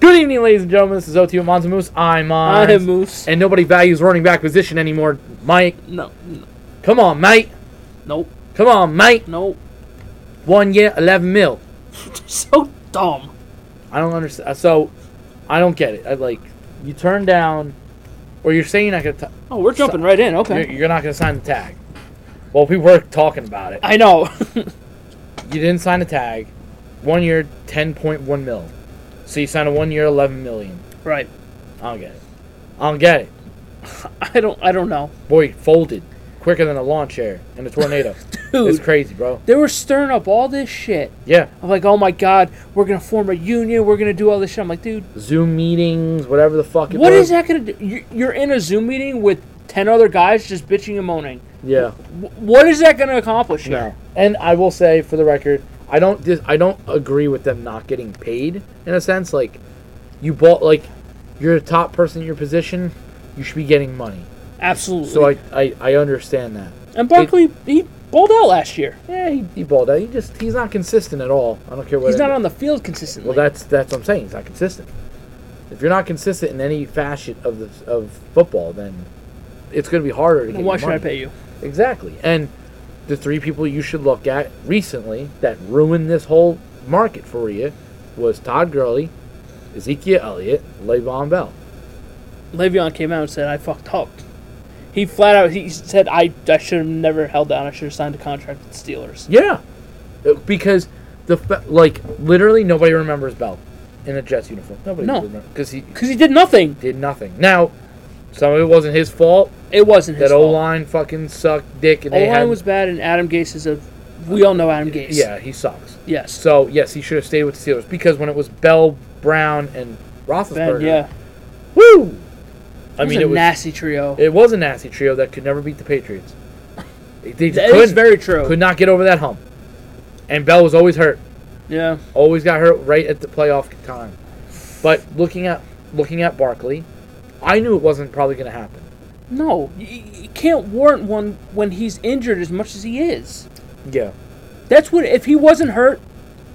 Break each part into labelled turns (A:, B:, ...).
A: Good evening, ladies and gentlemen. This is OTU Monzamoose. I'm on.
B: I am Moose.
A: And nobody values running back position anymore. Mike,
B: No, no,
A: come on, mate.
B: nope,
A: Come on, mate.
B: nope.
A: One year, 11 mil.
B: so dumb.
A: I don't understand. So, I don't get it. I, like, you turn down, or you're saying I could. T-
B: Oh, we're jumping right in. Okay.
A: you're, you're not going to sign the tag. Well, we were talking about it.
B: I know.
A: You didn't sign the tag. One year, 10.1 mil. So you signed a one year, 11 million.
B: right.
A: I don't get it. I don't get it.
B: I don't. I don't know,
A: Boy, folded quicker than a lawn chair in a tornado. it's
B: dude.
A: crazy, bro.
B: They were stirring up all this shit.
A: Yeah.
B: I'm like, oh my god, we're gonna form a union. We're gonna do all this shit. I'm like, dude,
A: Zoom meetings, whatever the fuck it
B: what
A: was.
B: is that gonna do? You- You're in a Zoom meeting with ten other guys just bitching and moaning.
A: Yeah.
B: Wh- What is that gonna accomplish
A: No.
B: here?
A: And I will say for the record, I don't dis- I don't agree with them not getting paid in a sense like you bought like you're a top person in your position, you should be getting money.
B: Absolutely.
A: So I I, I understand that.
B: and Barkley, he bowled out last year.
A: Yeah, he, he balled out. He just he's not consistent at all. I don't care what
B: He's not
A: it-
B: on the field consistently.
A: Well, that's that's what I'm saying. He's not consistent. If you're not consistent in any facet of the of football, then it's going to be harder to get.
B: Then why
A: your
B: should I
A: money.
B: pay you?
A: Exactly. And the three people you should look at recently that ruined this whole market for you was Todd Gurley, Ezekiel Elliott, Le'Veon Bell.
B: Le'Veon came out and said, "I fucked up." He flat out he said, "I, I should have never held down. I should have signed a contract with the Steelers."
A: Yeah, Uh, because the fa- like literally nobody remembers Bell in a Jets uniform. Nobody
B: No.
A: because he
B: Because he did nothing.
A: did nothing. Now, some of it wasn't his fault.
B: It wasn't his
A: that O
B: fault.
A: line fucking sucked dick, and
B: O
A: they had
B: line was bad, and Adam Gase is a. We all know Adam Gase.
A: yeah, he sucks.
B: Yes.
A: So yes, he should have stayed with the Steelers because when it was Bell, Brown, and Roethlisberger,
B: Bad, yeah.
A: woo. I
B: It was
A: mean,
B: a
A: it was
B: nasty trio.
A: it was a nasty trio that could never beat the Patriots. They- They just
B: That is
A: couldn't,
B: very true.
A: could not get over that hump, and Bell was always hurt.
B: yeah.
A: Always got hurt right at the playoff time. But looking at looking at Barkley, I knew it wasn't probably going to happen.
B: No, you, you can't warrant one when he's injured as much as he is.
A: Yeah.
B: That's what. If he wasn't hurt,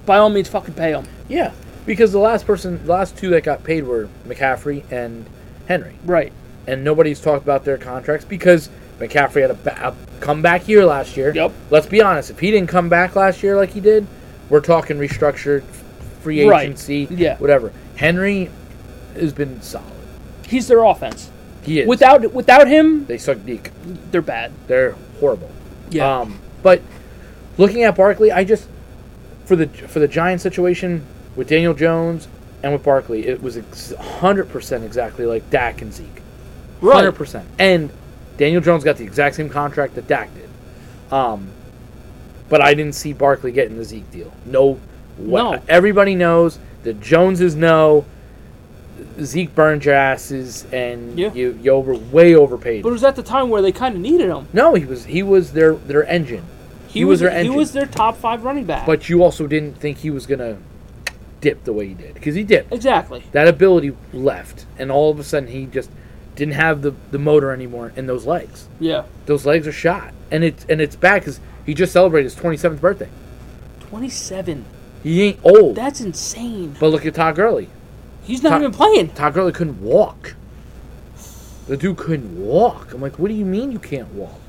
B: by all means, fucking pay him.
A: Yeah, because the last person, the last two that got paid were McCaffrey and Henry,
B: Right.
A: and nobody's talked about their contracts because McCaffrey had a, ba- a comeback year last year.
B: Yep.
A: Let's be honest, if he didn't come back last year like he did, we're talking restructured, free
B: Right.
A: agency,
B: Yeah.
A: whatever. Henry has been solid.
B: He's their offense.
A: He is.
B: Without without him,
A: they suck deep.
B: they're bad.
A: They're horrible.
B: Yeah.
A: Um, but looking at Barkley, I just for the for the Giants situation with Daniel Jones and with Barkley, it was hundred percent exactly like Dak and Zeke, hundred percent. And Daniel Jones got the exact same contract that Dak did. Um, but I didn't see Barkley getting the Zeke deal. No, way.
B: No.
A: Everybody knows the Joneses know. Zeke burned your asses, and
B: Yeah.
A: you you over way overpaid.
B: But it was at the time where they kind of needed him.
A: No, he was he was their their engine.
B: He,
A: He was
B: was,
A: their
B: he
A: engine.
B: was their top five running back.
A: But you also didn't think he was gonna dip the way he did because he dipped.
B: exactly,
A: That ability left, and all of a sudden he just didn't have the the motor anymore in those legs.
B: yeah,
A: Those legs are shot, and it's and it's bad because he just celebrated his 27th birthday.
B: twenty seven.
A: He ain't old.
B: That's insane.
A: but look at Todd Gurley.
B: He's not
A: Top-
B: even playing.
A: Todd Gurley couldn't walk. The dude couldn't walk. I'm like, what do you mean you can't walk?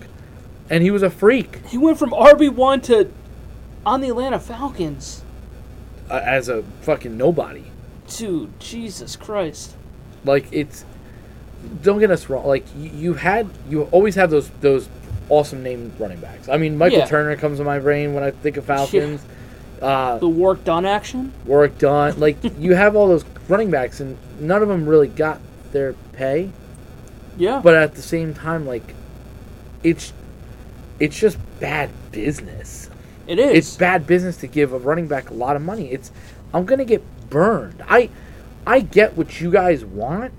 A: And he was a freak
B: He went from RB one to on the Atlanta Falcons.
A: uh, as a fucking nobody.
B: Dude, Jesus Christ.
A: Like it's don't get us wrong. Like you, you had you always have those those awesome named running backs. I mean, Michael
B: Yeah.
A: Turner comes to my brain when I think of Falcons. Uh,
B: The work done action.
A: work done. Like you have all those running backs, and none of them really got their pay.
B: Yeah,
A: But at the same time, like it's it's just bad business.
B: it is.
A: It's bad business to give a running back a lot of money. It's I'm gonna get burned. I I get what you guys want,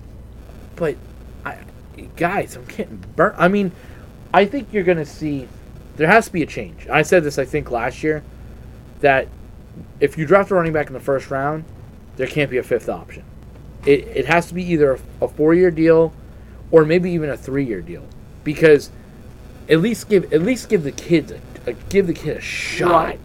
A: but I guys, I'm getting burnt. I mean, I think you're gonna see there has to be a change. I said this I think last year that if you draft a running back in the first round, there can't be a fifth option. It it has to be either a, a four year deal or maybe even a three year deal because at least give at least give the kids a, a give the kid a shot
B: Right.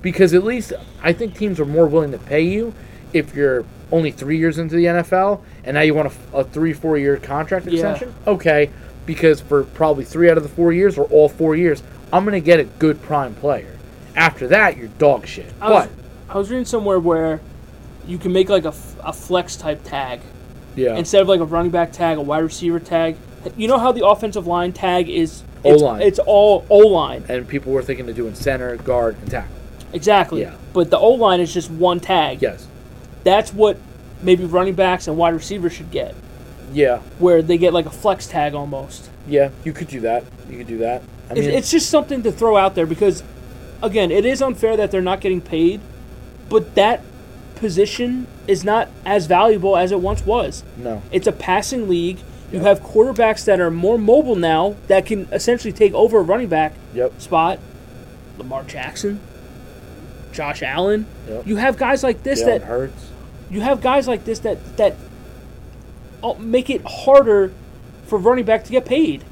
A: because at least I think teams are more willing to pay you if you're only three years into the NFL, and now you want a, a three, four year contract
B: Yeah.
A: extension? Okay, because for probably three out of the four years or all four years, I'm going to get a good prime player. After that, you're dog shit.
B: I
A: but,
B: was, I was reading somewhere where you can make like a, f- a flex type tag
A: yeah.
B: instead of like a running back tag, a wide receiver tag. You know how the offensive line tag is
A: O-line.
B: It's, it's all O line,
A: and people were thinking of doing center, guard, and tackle.
B: exactly.
A: Yeah.
B: But the O line is just one tag.
A: Yes.
B: That's what maybe running backs and wide receivers should get,
A: Yeah.
B: where they get like a flex tag almost.
A: Yeah. You could do that. You could do that. I mean,
B: it's, it's just something to throw out there because, again, it is unfair that they're not getting paid, but that position is not as valuable as it once was.
A: no.
B: It's a passing league. You have quarterbacks that are more mobile now that can essentially take over a running back
A: Yep.
B: spot. Lamar Jackson, Josh Allen.
A: Yep.
B: You have guys like this
A: Jalen
B: that
A: Hurts.
B: you have guys like this that that uh, make it harder for running back to get paid.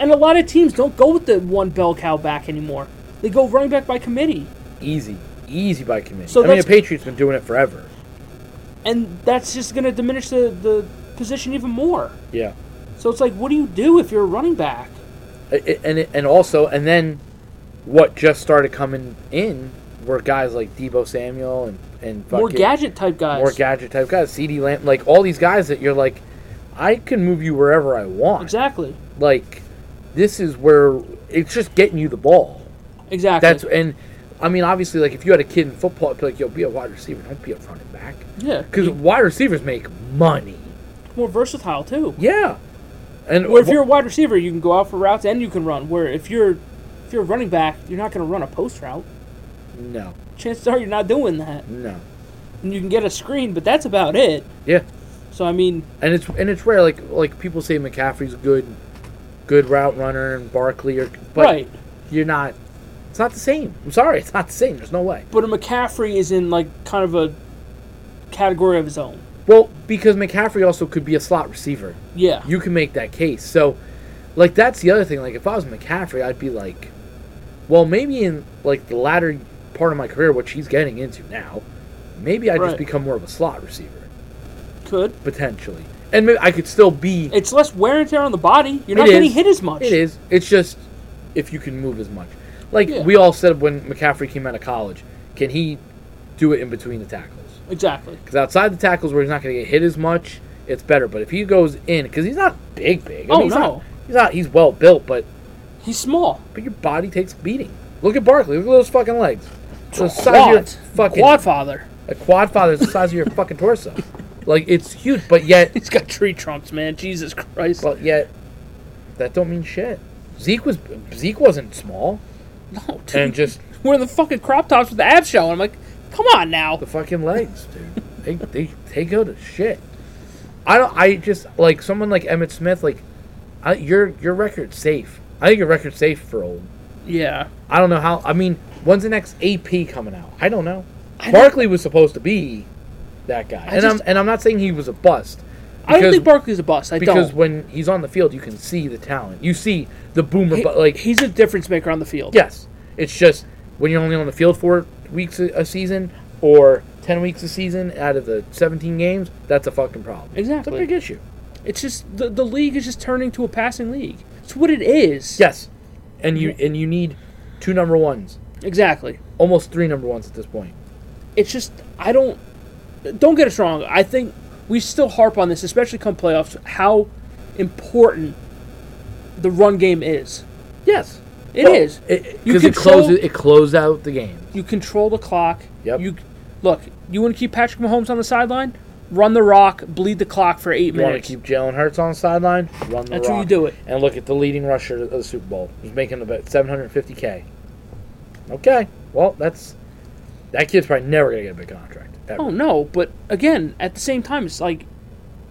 B: And a lot of teams don't go with the one bell cow back anymore. They go running back by committee,
A: Easy. Easy by committee.
B: So
A: I mean, the
B: that's-
A: Patriots been doing it forever.
B: and that's just going to diminish the, the position even more.
A: Yeah.
B: So it's like, what do you do if you're a running back?
A: I- I- and it- and also and then what just started coming in were guys like Debo Samuel and and
B: More
A: fucking-
B: gadget type guys.
A: more gadget type guys, CD Lamb, like all these guys that you're like, I can move you wherever I want.
B: Exactly.
A: Like this is where it's just getting you the ball.
B: Exactly.
A: That's and I mean obviously like if you had a kid in football, I'd be like, yo, be a wide receiver, don't be a running back,
B: yeah.
A: because wide receivers make money.
B: More versatile too.
A: Yeah, and
B: Where if you're a wide receiver, you can go out for routes and you can run. Where if you're if you're a running back, you're not going to run a post route.
A: no,
B: Chances are you're not doing that.
A: no,
B: and you can get a screen, but that's about it.
A: yeah.
B: So I mean,
A: and it's and it's rare. Like like people say McCaffrey's a good, good route runner and Barkley, or but
B: right?
A: you're not. It's not the same. I'm sorry, it's not the same. There's no way.
B: But a McCaffrey is in like kind of a category of his own.
A: Well, because McCaffrey also could be a slot receiver.
B: Yeah,
A: You can make that case. So, like that's the other thing. Like if I was McCaffrey, I'd be like, well, maybe in like the latter part of my career, which he's getting into now, maybe I
B: Right.
A: just become more of a slot receiver
B: could.
A: potentially, and maybe I could still be.
B: It's less wear and tear on the body. You're not
A: It
B: getting
A: is.
B: hit as much.
A: It is. It's just if you can move as much. Like
B: Yeah.
A: we all said when McCaffrey came out of college, can he do it in between the tackles?
B: exactly.
A: Because outside the tackles, where he's not going to get hit as much, it's better. But if he goes in, because he's not big, big. I
B: Oh,
A: mean, he's
B: no.
A: not, he's not. He's well built, but
B: He's small.
A: but your body takes a beating. Look at Barkley. Look at those fucking legs. It's the size of your
B: Quad.
A: fucking
B: Quad father.
A: a quad father is the size of your fucking torso. Like it's huge, but yet,
B: He's got tree trunks, man. Jesus Christ.
A: but yet, that don't mean shit. Zeke was Zeke wasn't small,
B: no, Oh, dude.
A: and just
B: wearing the fucking crop tops with the abs showing. I'm like, come on now.
A: the fucking legs, dude. they, they they go to shit. I don't. I just like someone like Emmett Smith. Like, I, your your record's safe. I think your record's safe for old.
B: Yeah.
A: I don't know how. I mean, when's the next AP coming out? I don't know.
B: I don't-
A: Barkley was supposed to be that guy, and
B: just-
A: I'm and I'm not saying he was a bust.
B: I don't
A: because-
B: think Barkley's a bust. I
A: because
B: don't.
A: when he's on the field, you can see the talent. You see the boomer,
B: He-
A: but like
B: he's a difference maker on the field.
A: Yes, it's just when you're only on the field four weeks a, a season or ten weeks a season out of the seventeen games, that's a fucking problem.
B: Exactly.
A: it's a big issue.
B: It's just the, the league is just turning to a passing league. It's what it is.
A: Yes, and you and you need two number ones,
B: Exactly.
A: almost three number ones at this point.
B: It's just I don't don't get us wrong. I think we still harp on this, especially come playoffs, how important the run game is.
A: Yes,
B: It is.
A: It,
B: You
A: 'cause it
B: control-
A: closes it closes out the game.
B: You control the clock.
A: Yep.
B: You look. You want to keep Patrick Mahomes on the sideline? Run the rock, bleed the clock for eight
A: You want to
B: minutes.
A: keep Jalen Hurts on the sideline? Run the
B: That's how you
A: rock.
B: do it.
A: And look at the leading rusher of the Super Bowl. He's making about 750k. Okay, well that's that kid's probably never gonna get a big contract. ever.
B: Oh no, but again, at the same time, it's like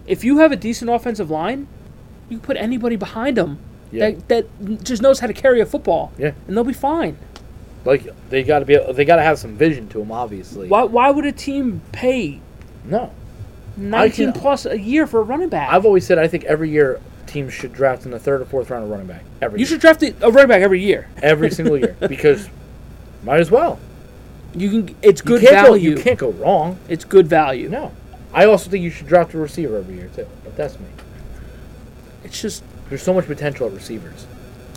B: if you have a decent offensive line, you can put anybody behind them
A: Yeah.
B: that that just knows how to carry a football.
A: Yeah.
B: and they'll be fine.
A: Like they got to be, they got to have some vision to them, obviously.
B: Why, why would a team pay
A: No,
B: 19 plus a year for a running back?
A: I've always said I think every year teams should draft in the third or fourth round a running back. Every
B: you
A: year.
B: should draft a a running back every year.
A: every single year because might as well.
B: You can. It's
A: You
B: good
A: can't go-
B: value.
A: you can't go wrong.
B: It's good value.
A: No, I also think you should draft a receiver every year too. But that's me.
B: It's just
A: There's so much potential at receivers.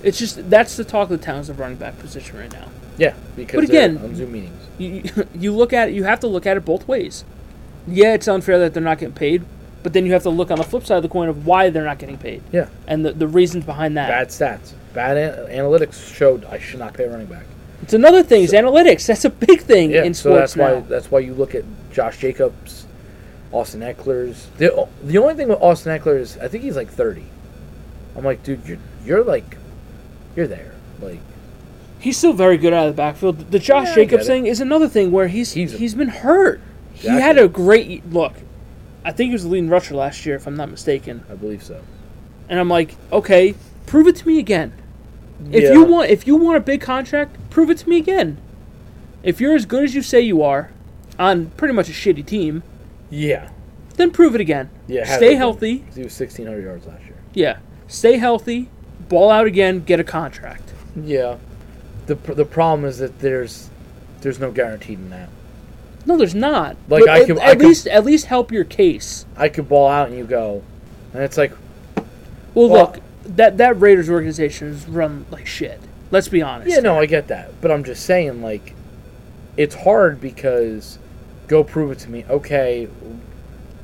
B: it's just that's the talk of the town's the running back position right now.
A: Yeah, because
B: But
A: they're
B: again-
A: on Zoom meetings.
B: You you- you look at it, you have to look at it both ways. Yeah, it's unfair that they're not getting paid, but then you have to look on the flip side of the coin of why they're not getting paid
A: Yeah,
B: and the, the reasons behind that.
A: bad stats, bad an- analytics showed I should not pay a running back.
B: It's another thing is analytics. That's a big thing
A: Yeah,
B: in
A: so that's
B: sports
A: why
B: now.
A: that's why you look at Josh Jacobs, Austin Eckler's. The o- the only thing with Austin Eckler is I think he's like thirty. I'm like, dude, you're you're like, you're there. Like,
B: he's still very good out of the backfield. The Josh
A: Yeah, I get
B: Jacobs
A: it.
B: thing is another thing where he's
A: He's-
B: he's, he's been hurt. He
A: Exactly.
B: had a great look. I think he was the leading rusher last year, if I'm not mistaken.
A: I believe so.
B: And I'm like, okay, prove it to me again. If
A: Yeah.
B: you want, if you want a big contract, prove it to me again. If you're as good as you say you are, on pretty much a shitty team,
A: Yeah.
B: then prove it again.
A: Yeah. have it
B: Stay
A: again.
B: healthy.
A: He was 1,600 yards last year.
B: Yeah. Stay healthy. Ball out again. Get a contract.
A: Yeah. The pr- the problem is that there's there's no guaranteed in that.
B: No, there's not.
A: Like,
B: But
A: I
B: at,
A: could- I
B: at
A: could-
B: least at least help your case.
A: I could ball out and you go, and it's like,
B: Well,
A: Well-
B: look, that that Raiders organization is run like shit. Let's be honest.
A: yeah, no, I get that, but I'm just saying, like, it's hard because go prove it to me. Okay,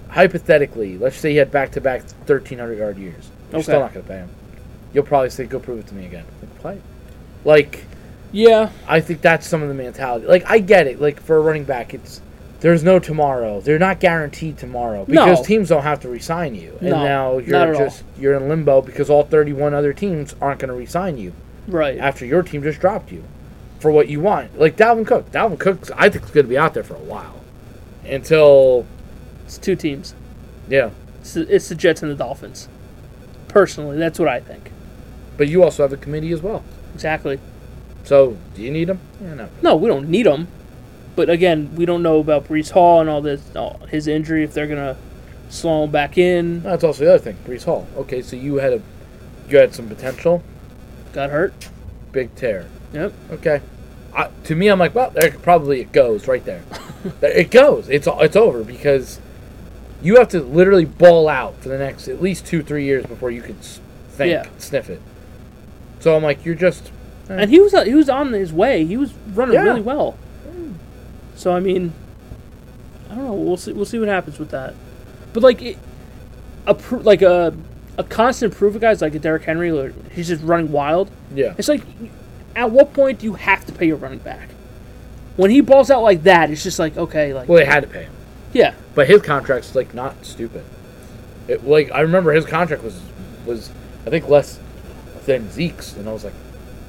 A: hypothetically, let's say he had back to back 1,300 yard years. You're still
B: Okay.
A: not gonna pay him. You'll probably say, go prove it to me again. Like what? Like.
B: Yeah.
A: I think that's some of the mentality. Like I get it. Like for a running back, it's there's no tomorrow. They're not guaranteed tomorrow because
B: No.
A: teams don't have to resign you. And
B: No,
A: now
B: not
A: you're
B: at all.
A: just you're in limbo because all 31 other teams aren't going to resign you
B: Right.
A: after your team just dropped you for what you want. Like Dalvin Cook. Dalvin Cook's I think is going to be out there for a while until
B: It's two teams.
A: yeah.
B: It's the, it's the Jets and the Dolphins. Personally, that's what I think.
A: But you also have a committee as well.
B: Exactly.
A: So do you need him? Yeah, no.
B: No, we don't need them. But again, we don't know about Brees Hall and all this, all his injury. If they're gonna slow him back in,
A: That's also the other thing. Brees Hall. Okay, so you had a you had some potential.
B: got hurt.
A: Big tear.
B: Yep.
A: Okay. I, to me, I'm like, well, there probably it goes right there. There- it goes. It's it's over because you have to literally ball out for the next at least two three years before you can s- think
B: Yeah.
A: sniff it. So I'm like, you're just
B: And he was uh, he was on his way. He was running
A: Yeah.
B: really well. So I mean, I don't know. We'll see. We'll see what happens with that. But like, it, a pro- like a a constant proof of guys like a Derrick Henry. Or he's just running wild.
A: yeah.
B: It's like, at what point do you have to pay your running back? When he balls out like that, it's just like okay, like
A: Well, they had to pay him,
B: yeah,
A: but his contract's like not stupid. It like I remember his contract was was I think less than Zeke's, and I was like,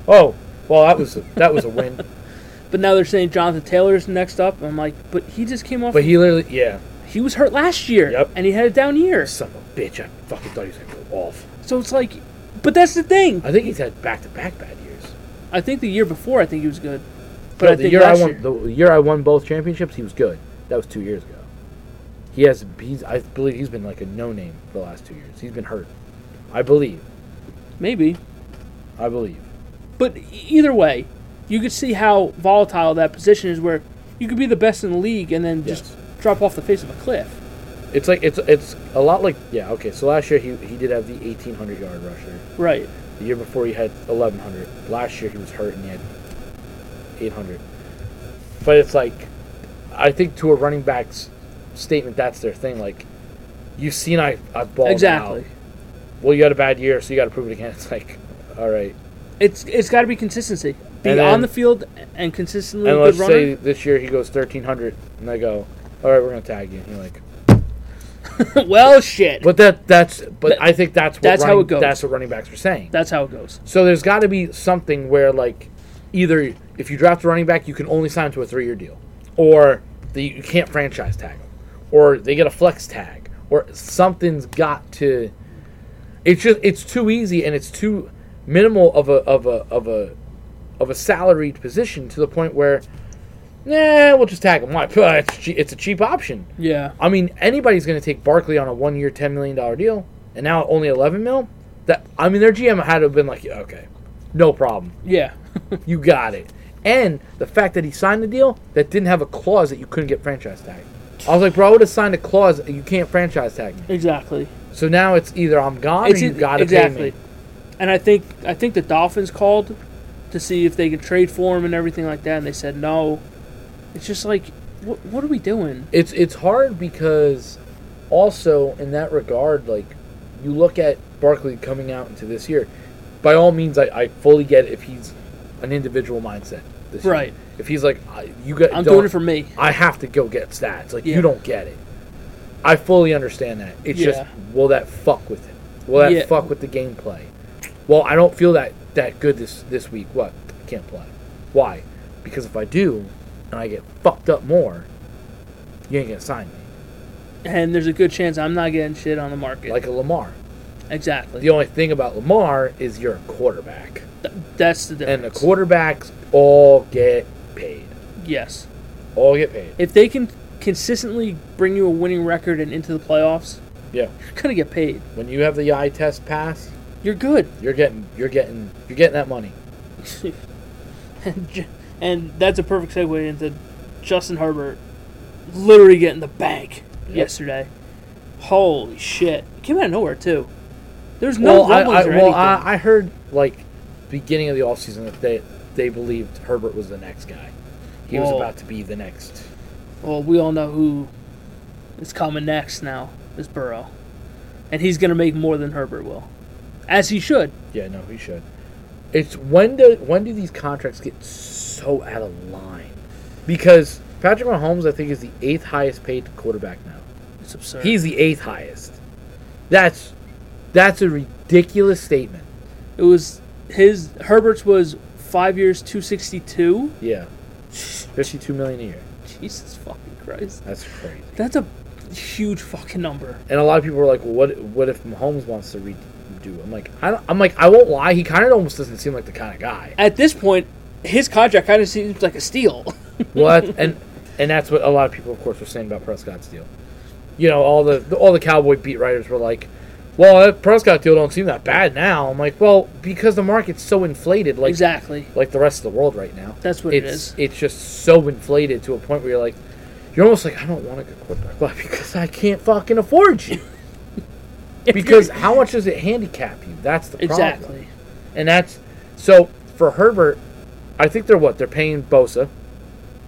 A: oh, well that was a, that was a win.
B: But now they're saying Jonathan Taylor's next up. I'm like, but he just came off.
A: But he literally, yeah,
B: he was hurt last year,
A: Yep.
B: and he had a down year.
A: son of a bitch, I fucking thought he was gonna go off.
B: So it's like, but that's the thing.
A: I think he's had back to back bad years.
B: I think the year before, I think he was good. But
A: But
B: I
A: the
B: think
A: year I
B: last
A: won
B: year,
A: the year I won both championships, he was good. That was two years ago. He has he's I believe he's been like a no name for the last two years. He's been hurt. I believe.
B: maybe.
A: I believe.
B: But e- either way, you could see how volatile that position is. Where you could be the best in the league and then just
A: Yes.
B: drop off the face of a cliff.
A: It's like it's it's a lot like yeah okay. So last year he he did have the eighteen hundred yard rusher.
B: Right.
A: The year before he had eleven hundred. Last year he was hurt and he had eight hundred. But it's like, I think to a running back's statement, that's their thing. Like, you've seen I I've balled
B: exactly.
A: out. well, you had a bad year, so you got to prove it again. It's like, all right.
B: It's it's got to be consistency. Be
A: And
B: on
A: then-
B: the field and consistently
A: And
B: a
A: let's
B: good runner.
A: say this year he goes 1,300, and they go, all right, we're going to tag you. And you're like,
B: well, shit.
A: but that that's, but
B: That-
A: I think that's what
B: that's how
A: running,
B: it goes.
A: That's what running backs are saying.
B: That's how it goes.
A: so there's got to be something where like, either if you draft a running back, you can only sign to a three-year deal, or the, you can't franchise tag them, or they get a flex tag, or something's got to. It's just it's too easy and it's too minimal of a of a of a of a salaried position to the point where, nah, we'll just tag him. Why? Pah, It's che- it's a cheap option.
B: Yeah.
A: I mean, anybody's going to take Barkley on a one-year, ten million dollar deal, and now only eleven mil. That I mean, their GM had to have been like, yeah, okay, no problem,
B: Yeah.
A: you got it. And the fact that he signed the deal that didn't have a clause that you couldn't get franchise tag. I was like, bro, I would have signed a clause that you can't franchise tag me.
B: Exactly.
A: So now it's either I'm gone
B: It's
A: or you
B: e-
A: gotta pay
B: exactly.
A: me.
B: And I think I think the Dolphins called to see if they could trade for him and everything like that, and they said no. It's just like, what what are we doing?
A: It's it's hard because also in that regard, like you look at Barkley coming out into this year. By all means, I, I fully get if he's an individual mindset. This year.
B: Right.
A: If he's like, I, you got,
B: I'm
A: don't-
B: doing it for me.
A: I have to go get stats. Like
B: Yeah.
A: you don't get it. I fully understand that. It's
B: Yeah.
A: just will that fuck with him? Will that
B: Yeah.
A: fuck with the gameplay? Well, I don't feel that that good this this week. What? I can't play. Why? Because if I do, and I get fucked up more, you ain't gonna sign me.
B: And there's a good chance I'm not getting shit on the market.
A: Like a Lamar.
B: exactly.
A: The only thing about Lamar is you're a quarterback,
B: Th- that's the
A: and the
B: difference.
A: quarterbacks all get paid.
B: yes.
A: All get paid.
B: If they can consistently bring you a winning record and into the playoffs,
A: Yeah.
B: you're gonna get paid.
A: When you have the eye test pass,
B: You're good.
A: you're getting you're getting you're getting that money.
B: and, J- and that's a perfect segue into Justin Herbert literally getting the bank
A: Yep.
B: yesterday. Holy shit! Came out of nowhere too. There's no
A: Well, I, I,
B: rumblings or
A: well
B: anything.
A: I, I heard like beginning of the offseason that they they believed Herbert was the next guy. He was
B: Well-
A: about to be the next.
B: well, we all know who is coming next now is Burrow, and he's gonna make more than Herbert will, as he should.
A: Yeah, no, he should. It's when do when do these contracts get so out of line? Because Patrick Mahomes, I think, is the eighth highest paid quarterback now.
B: It's absurd.
A: He's the eighth highest. That's that's a ridiculous statement.
B: it was his Herbert's was five years, two sixty two.
A: Yeah, fifty-two million a year.
B: Jesus fucking Christ!
A: That's crazy.
B: That's a huge fucking number.
A: And a lot of people were like, "Well, what? What if Mahomes wants to redo?" I'm like, I don't, I'm like, I won't lie. He kind of almost doesn't seem like the kind of guy.
B: at this point, his contract kind of seems like a steal.
A: Well, that's, and and that's what a lot of people, of course, were saying about Prescott's deal. You know, all the, all the Cowboy beat writers were like, "Well, that Prescott deal don't seem that bad now." I'm like, "Well, because the market's so inflated, like
B: exactly.
A: like the rest of the world right now.
B: That's what it
A: it's,
B: is.
A: It's just so inflated to a point where you're like, you're almost like, I don't want a good quarterback Why? because I can't fucking afford you." because how much does it handicap you? That's the problem.
B: Exactly.
A: And that's so for Herbert, I think they're what? They're paying Bosa,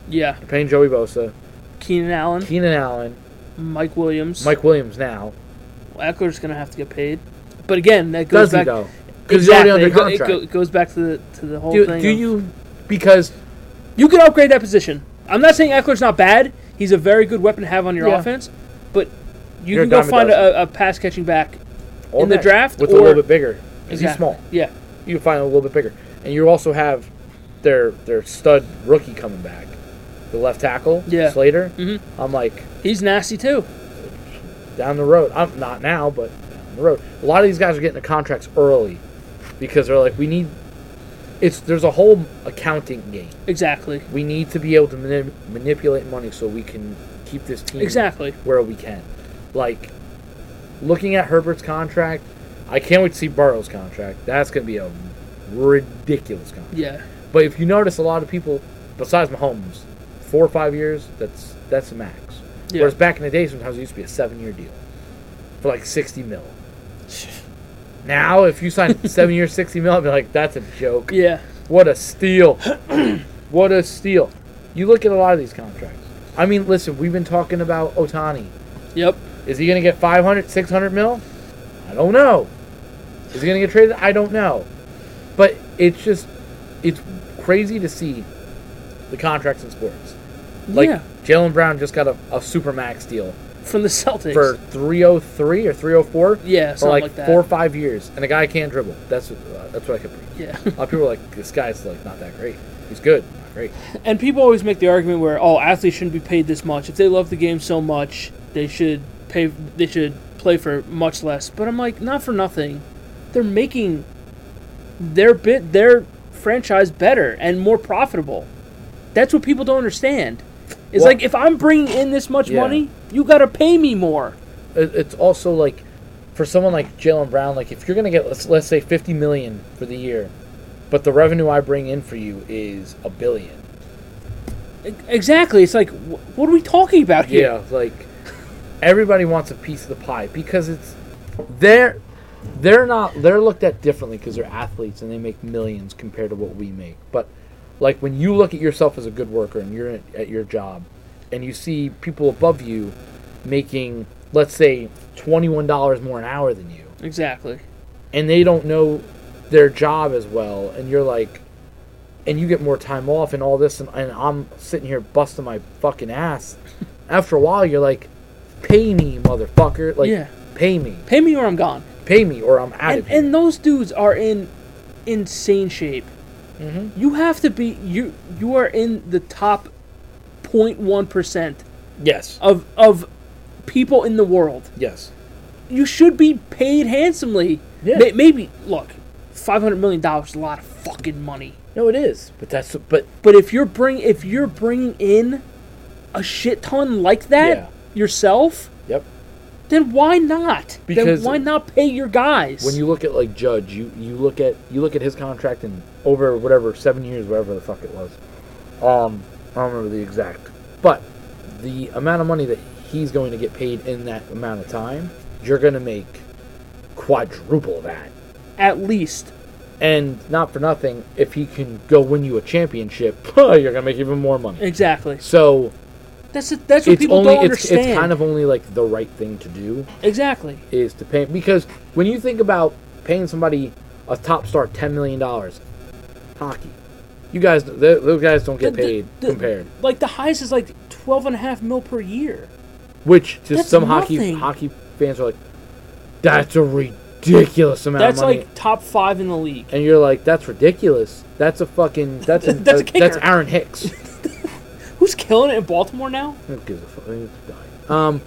B: Yeah.
A: they're paying Joey Bosa,
B: Keenan Allen,
A: Keenan Allen,
B: Mike Williams,
A: Mike Williams now.
B: Eckler's going to have to get paid. But again, that
A: Does
B: goes
A: he
B: back.
A: though? Because he's
B: exactly.
A: already
B: it, go-
A: under
B: it
A: contract.
B: go- it goes back to the to the whole
A: do
B: thing.
A: do
B: of-
A: you because
B: You can upgrade that position. I'm not saying Eckler's not bad. He's a very good weapon to have on your
A: Yeah.
B: offense, but you
A: You're
B: can go
A: a dime a
B: find
A: dozen.
B: a, a pass catching back.
A: or
B: In the
A: Mac,
B: draft,
A: with
B: or-
A: a little bit bigger? Because he's
B: Exactly.
A: small.
B: Yeah.
A: You can find him a little bit bigger, and you also have their their stud rookie coming back, the left tackle
B: Yeah.
A: Slater.
B: Mhm.
A: I'm like,
B: He's nasty too.
A: down the road. I'm not now, but down the road. A lot of these guys are getting the contracts early because they're like, we need. It's there's a whole accounting game.
B: Exactly.
A: We need to be able to manip- manipulate money so we can keep this team
B: Exactly.
A: where we can. Like looking at Herbert's contract, I can't wait to see Burrow's contract. That's gonna be a ridiculous contract.
B: Yeah.
A: But if you notice, a lot of people, besides Mahomes, four or five years, that's that's the max.
B: Yeah.
A: Whereas back in the day, sometimes it used to be a seven-year deal for like sixty mil. Now, if you sign seven years, sixty mil, I'd be like, that's a joke.
B: Yeah.
A: What a steal! what a steal! You look at a lot of these contracts. I mean, listen, we've been talking about Otani.
B: Yep.
A: Is he going to get 500, 600 mil? I don't know. Is he going to get traded? I don't know. But it's just, it's crazy to see the contracts in sports. Like
B: yeah.
A: Jalen Brown just got a, a super max deal
B: From the Celtics.
A: for 303 or 304
B: yeah.
A: for
B: Something
A: like,
B: that.
A: four or five years, and the guy can't dribble. That's what, uh, that's what I could. Bring.
B: Yeah.
A: A lot of people are like, this guy's like not that great. He's good, not great.
B: And people always make the argument where oh athletes shouldn't be paid this much. If they love the game so much, they should pay they should play for much less. But I'm like, not for nothing. They're making their bit their franchise better and more profitable. That's what people don't understand. It's
A: Well-
B: like if I'm bringing in this much
A: Yeah.
B: money, you got to pay me more.
A: it, it's also like for someone like Jalen Brown, like if you're gonna get let's, let's say fifty million for the year, but the revenue I bring in for you is a billion.
B: Exactly. It's like, wh- what are we talking about here?
A: Yeah, like everybody wants a piece of the pie because it's they're they're not they're looked at differently because they're athletes and they make millions compared to what we make. But like when you look at yourself as a good worker and you're at, at your job and you see people above you making let's say $21 more an hour than you
B: Exactly.
A: and they don't know their job as well and you're like and you get more time off and all this and, and i'm sitting here busting my fucking ass after a while you're like pay me motherfucker like
B: Yeah.
A: pay me
B: Pay me or I'm gone.
A: pay me or i'm out
B: And
A: of here
B: and those dudes are in insane shape.
A: Mm-hmm.
B: You have to be you. You are in the top 0.1 percent
A: yes
B: of of people in the world.
A: yes
B: You should be paid handsomely.
A: Yeah.
B: May- maybe look, 500 million dollars is a lot of fucking money.
A: no it is but that's but
B: But if you're bring if you're bringing in a shit ton like that
A: Yeah.
B: yourself,
A: yep
B: then why not?
A: Because-
B: then why not pay your guys?
A: when you look at like judge you you look at you look at his contract and over whatever seven years whatever the fuck it was um i don't remember the exact but the amount of money that he's going to get paid in that amount of time you're going to make quadruple that
B: at least
A: and not for nothing if he can go win you a championship you're going to make even more money
B: exactly.
A: so
B: That's it, that's what
A: it's
B: people
A: only
B: don't
A: it's,
B: understand.
A: it's kind of only like the right thing to do
B: exactly.
A: is to pay because when you think about paying somebody a top star ten million dollars, hockey, you guys th- those guys don't get
B: The- the-
A: paid
B: the-
A: compared.
B: Like the highest is like twelve and a half mil per year.
A: Which to
B: that's
A: some hockey
B: nothing.
A: hockey fans are like, that's a ridiculous amount
B: That's
A: of money,
B: like top five in the league.
A: and you're like, that's ridiculous. That's a fucking that's a,
B: That's a
A: that- that's
B: kicker."
A: Aaron Hicks.
B: Who's killing it in Baltimore now?
A: Who gives a fuck? I mean, it's dying. Um,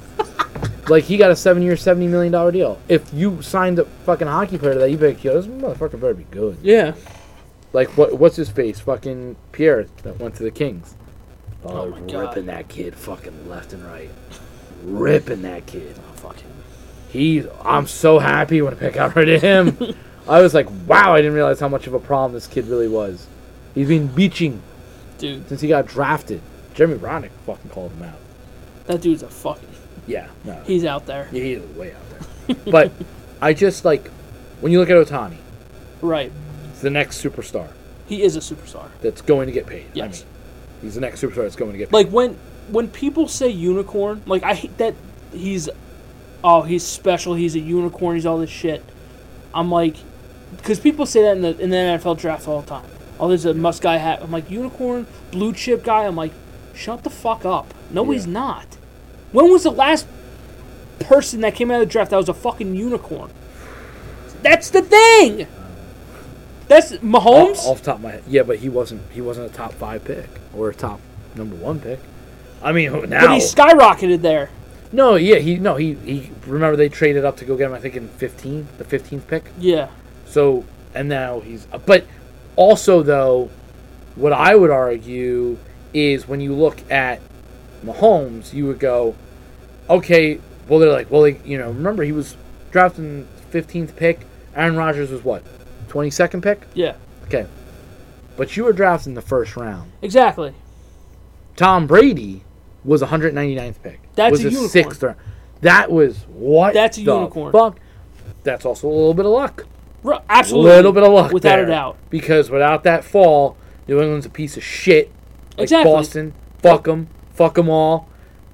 A: like he got a seven-year, seventy million dollar deal. If you signed a fucking hockey player to that, you'd be like, yo, this motherfucker better be good.
B: Yeah.
A: Like what? What's his face? Fucking Pierre that went to the Kings. Oh,
B: my God.
A: ripping that kid fucking left and right, ripping that kid.
B: Oh, fuck him.
A: He, I'm so happy when I got rid of him. I was like, wow, I didn't realize how much of a problem this kid really was. He's been beaching
B: Dude,
A: since he got drafted. Jeremy Roenick fucking called him out.
B: that dude's a fucking
A: Yeah, no,
B: he's out there.
A: yeah, he's way out there. but I just like when you look at Otani,
B: Right.
A: it's the next superstar
B: He is a superstar.
A: that's going to get paid. I
B: Yes.
A: mean, he's the next superstar that's going to get paid.
B: Like when when people say unicorn, like I hate that he's oh he's special, he's a unicorn, he's all this shit. I'm like, because people say that in the in the NFL draft all the time. Oh, there's a must guy hat. I'm like unicorn, blue chip guy. I'm like, shut the fuck up. No, he's
A: Yeah.
B: not. When was the last person that came out of the draft that was a fucking unicorn? That's the thing. That's Mahomes.
A: Off, off the top of my head, yeah, but he wasn't he wasn't a top five pick or a top number one pick. I mean, who- now
B: but he skyrocketed there.
A: no, yeah, he no he he. Remember they traded up to go get him. I think in fifteen, the fifteenth pick.
B: Yeah.
A: So and now he's but also though, what I would argue is when you look at Mahomes, you would go, okay, well they're like, well they, you know, remember he was drafted in fifteenth pick. Aaron Rodgers was what, twenty second pick?
B: Yeah.
A: Okay. But you were drafted in the first round.
B: Exactly.
A: Tom Brady was 199th pick.
B: That's
A: was
B: a unicorn.
A: sixth round. That was what?
B: That's a
A: the
B: unicorn.
A: Fuck. That's also a little bit of luck.
B: Ru-
A: A
B: Absolutely.
A: little bit of luck.
B: Without
A: there.
B: a doubt.
A: Because without that fall, New England's a piece of shit. Like
B: Exactly.
A: Boston, fuck them. Fuck them all.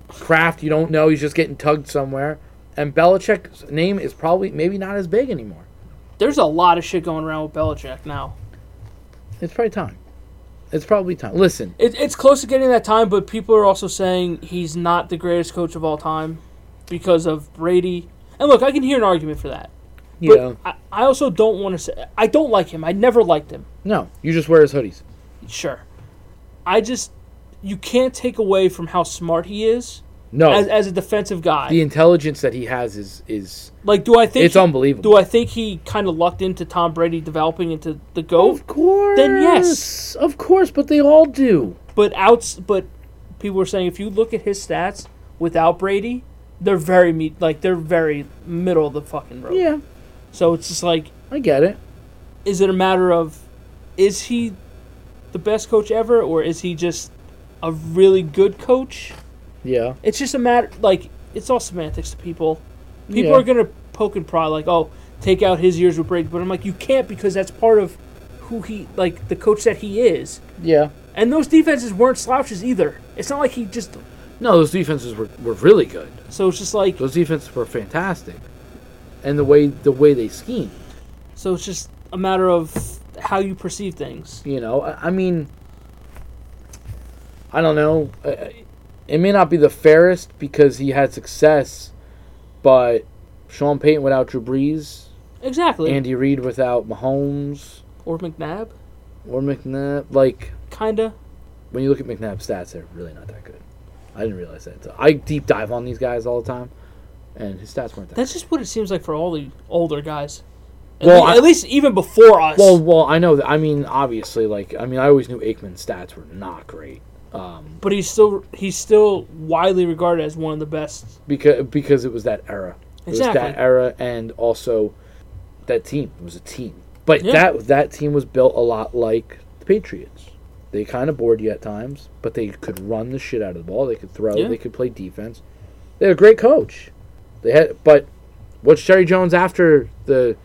A: Kraft, you don't know. He's just getting tugged somewhere. And Belichick's name is probably maybe not as big anymore.
B: There's a lot of shit going around with Belichick now.
A: It's probably time. It's probably time. Listen,
B: It, it's close to getting that time, but people are also saying he's not the greatest coach of all time because of Brady. And look, I can hear an argument for that.
A: you
B: But
A: know,
B: I, I also don't want to say I don't like him. I never liked him.
A: no, you just wear his hoodies.
B: Sure. I just you can't take away from how smart he is
A: No,
B: as, as a defensive guy.
A: the intelligence that he has is is
B: like do I think
A: It's
B: he-
A: unbelievable.
B: Do I think he kind of lucked into Tom Brady developing into the GOAT?
A: course.
B: Then yes.
A: of course. But they all do.
B: But outs, but people were saying if you look at his stats without Brady, they're very me- like they're very middle of the fucking road.
A: Yeah,
B: So it's just like,
A: I get it.
B: is it a matter of, is he the best coach ever, or is he just a really good coach.
A: Yeah.
B: It's just a matter like it's all semantics to people. People
A: Yeah.
B: are gonna poke and pry like, oh, take out his years with Brady, but I'm like, you can't because that's part of who he like the coach that he is.
A: Yeah.
B: And those defenses weren't slouches either. It's not like he just
A: No, those defenses were, were really good.
B: so it's just like
A: Those defenses were fantastic, and the way the way they schemed.
B: so it's just a matter of how you perceive things.
A: You know, I, I mean, I don't know. Uh, It may not be the fairest because he had success, but Sean Payton without Drew Brees,
B: Exactly.
A: Andy Reid without Mahomes
B: or McNabb,
A: or McNabb, like
B: kinda.
A: when you look at McNabb's stats, they're really not that good. I didn't realize that. So I deep dive on these guys all the time, and his stats weren't that.
B: That's just what it seems like for all the older guys. At,
A: Well,
B: le-
A: I-
B: at least even before us.
A: Well, well, I know that. I mean, obviously, like, I mean, I always knew Aikman's stats were not great
B: but he's still he's still widely regarded as one of the best.
A: because because it was that era. It was that
B: Exactly.
A: era, and also that team it was a team. But
B: Yeah.
A: that that team was built a lot like the Patriots. They kind of bored you at times, but they could run the shit out of the ball. They could throw.
B: Yeah.
A: They could play defense. They had a great coach. They had, but what's Jerry Jones after the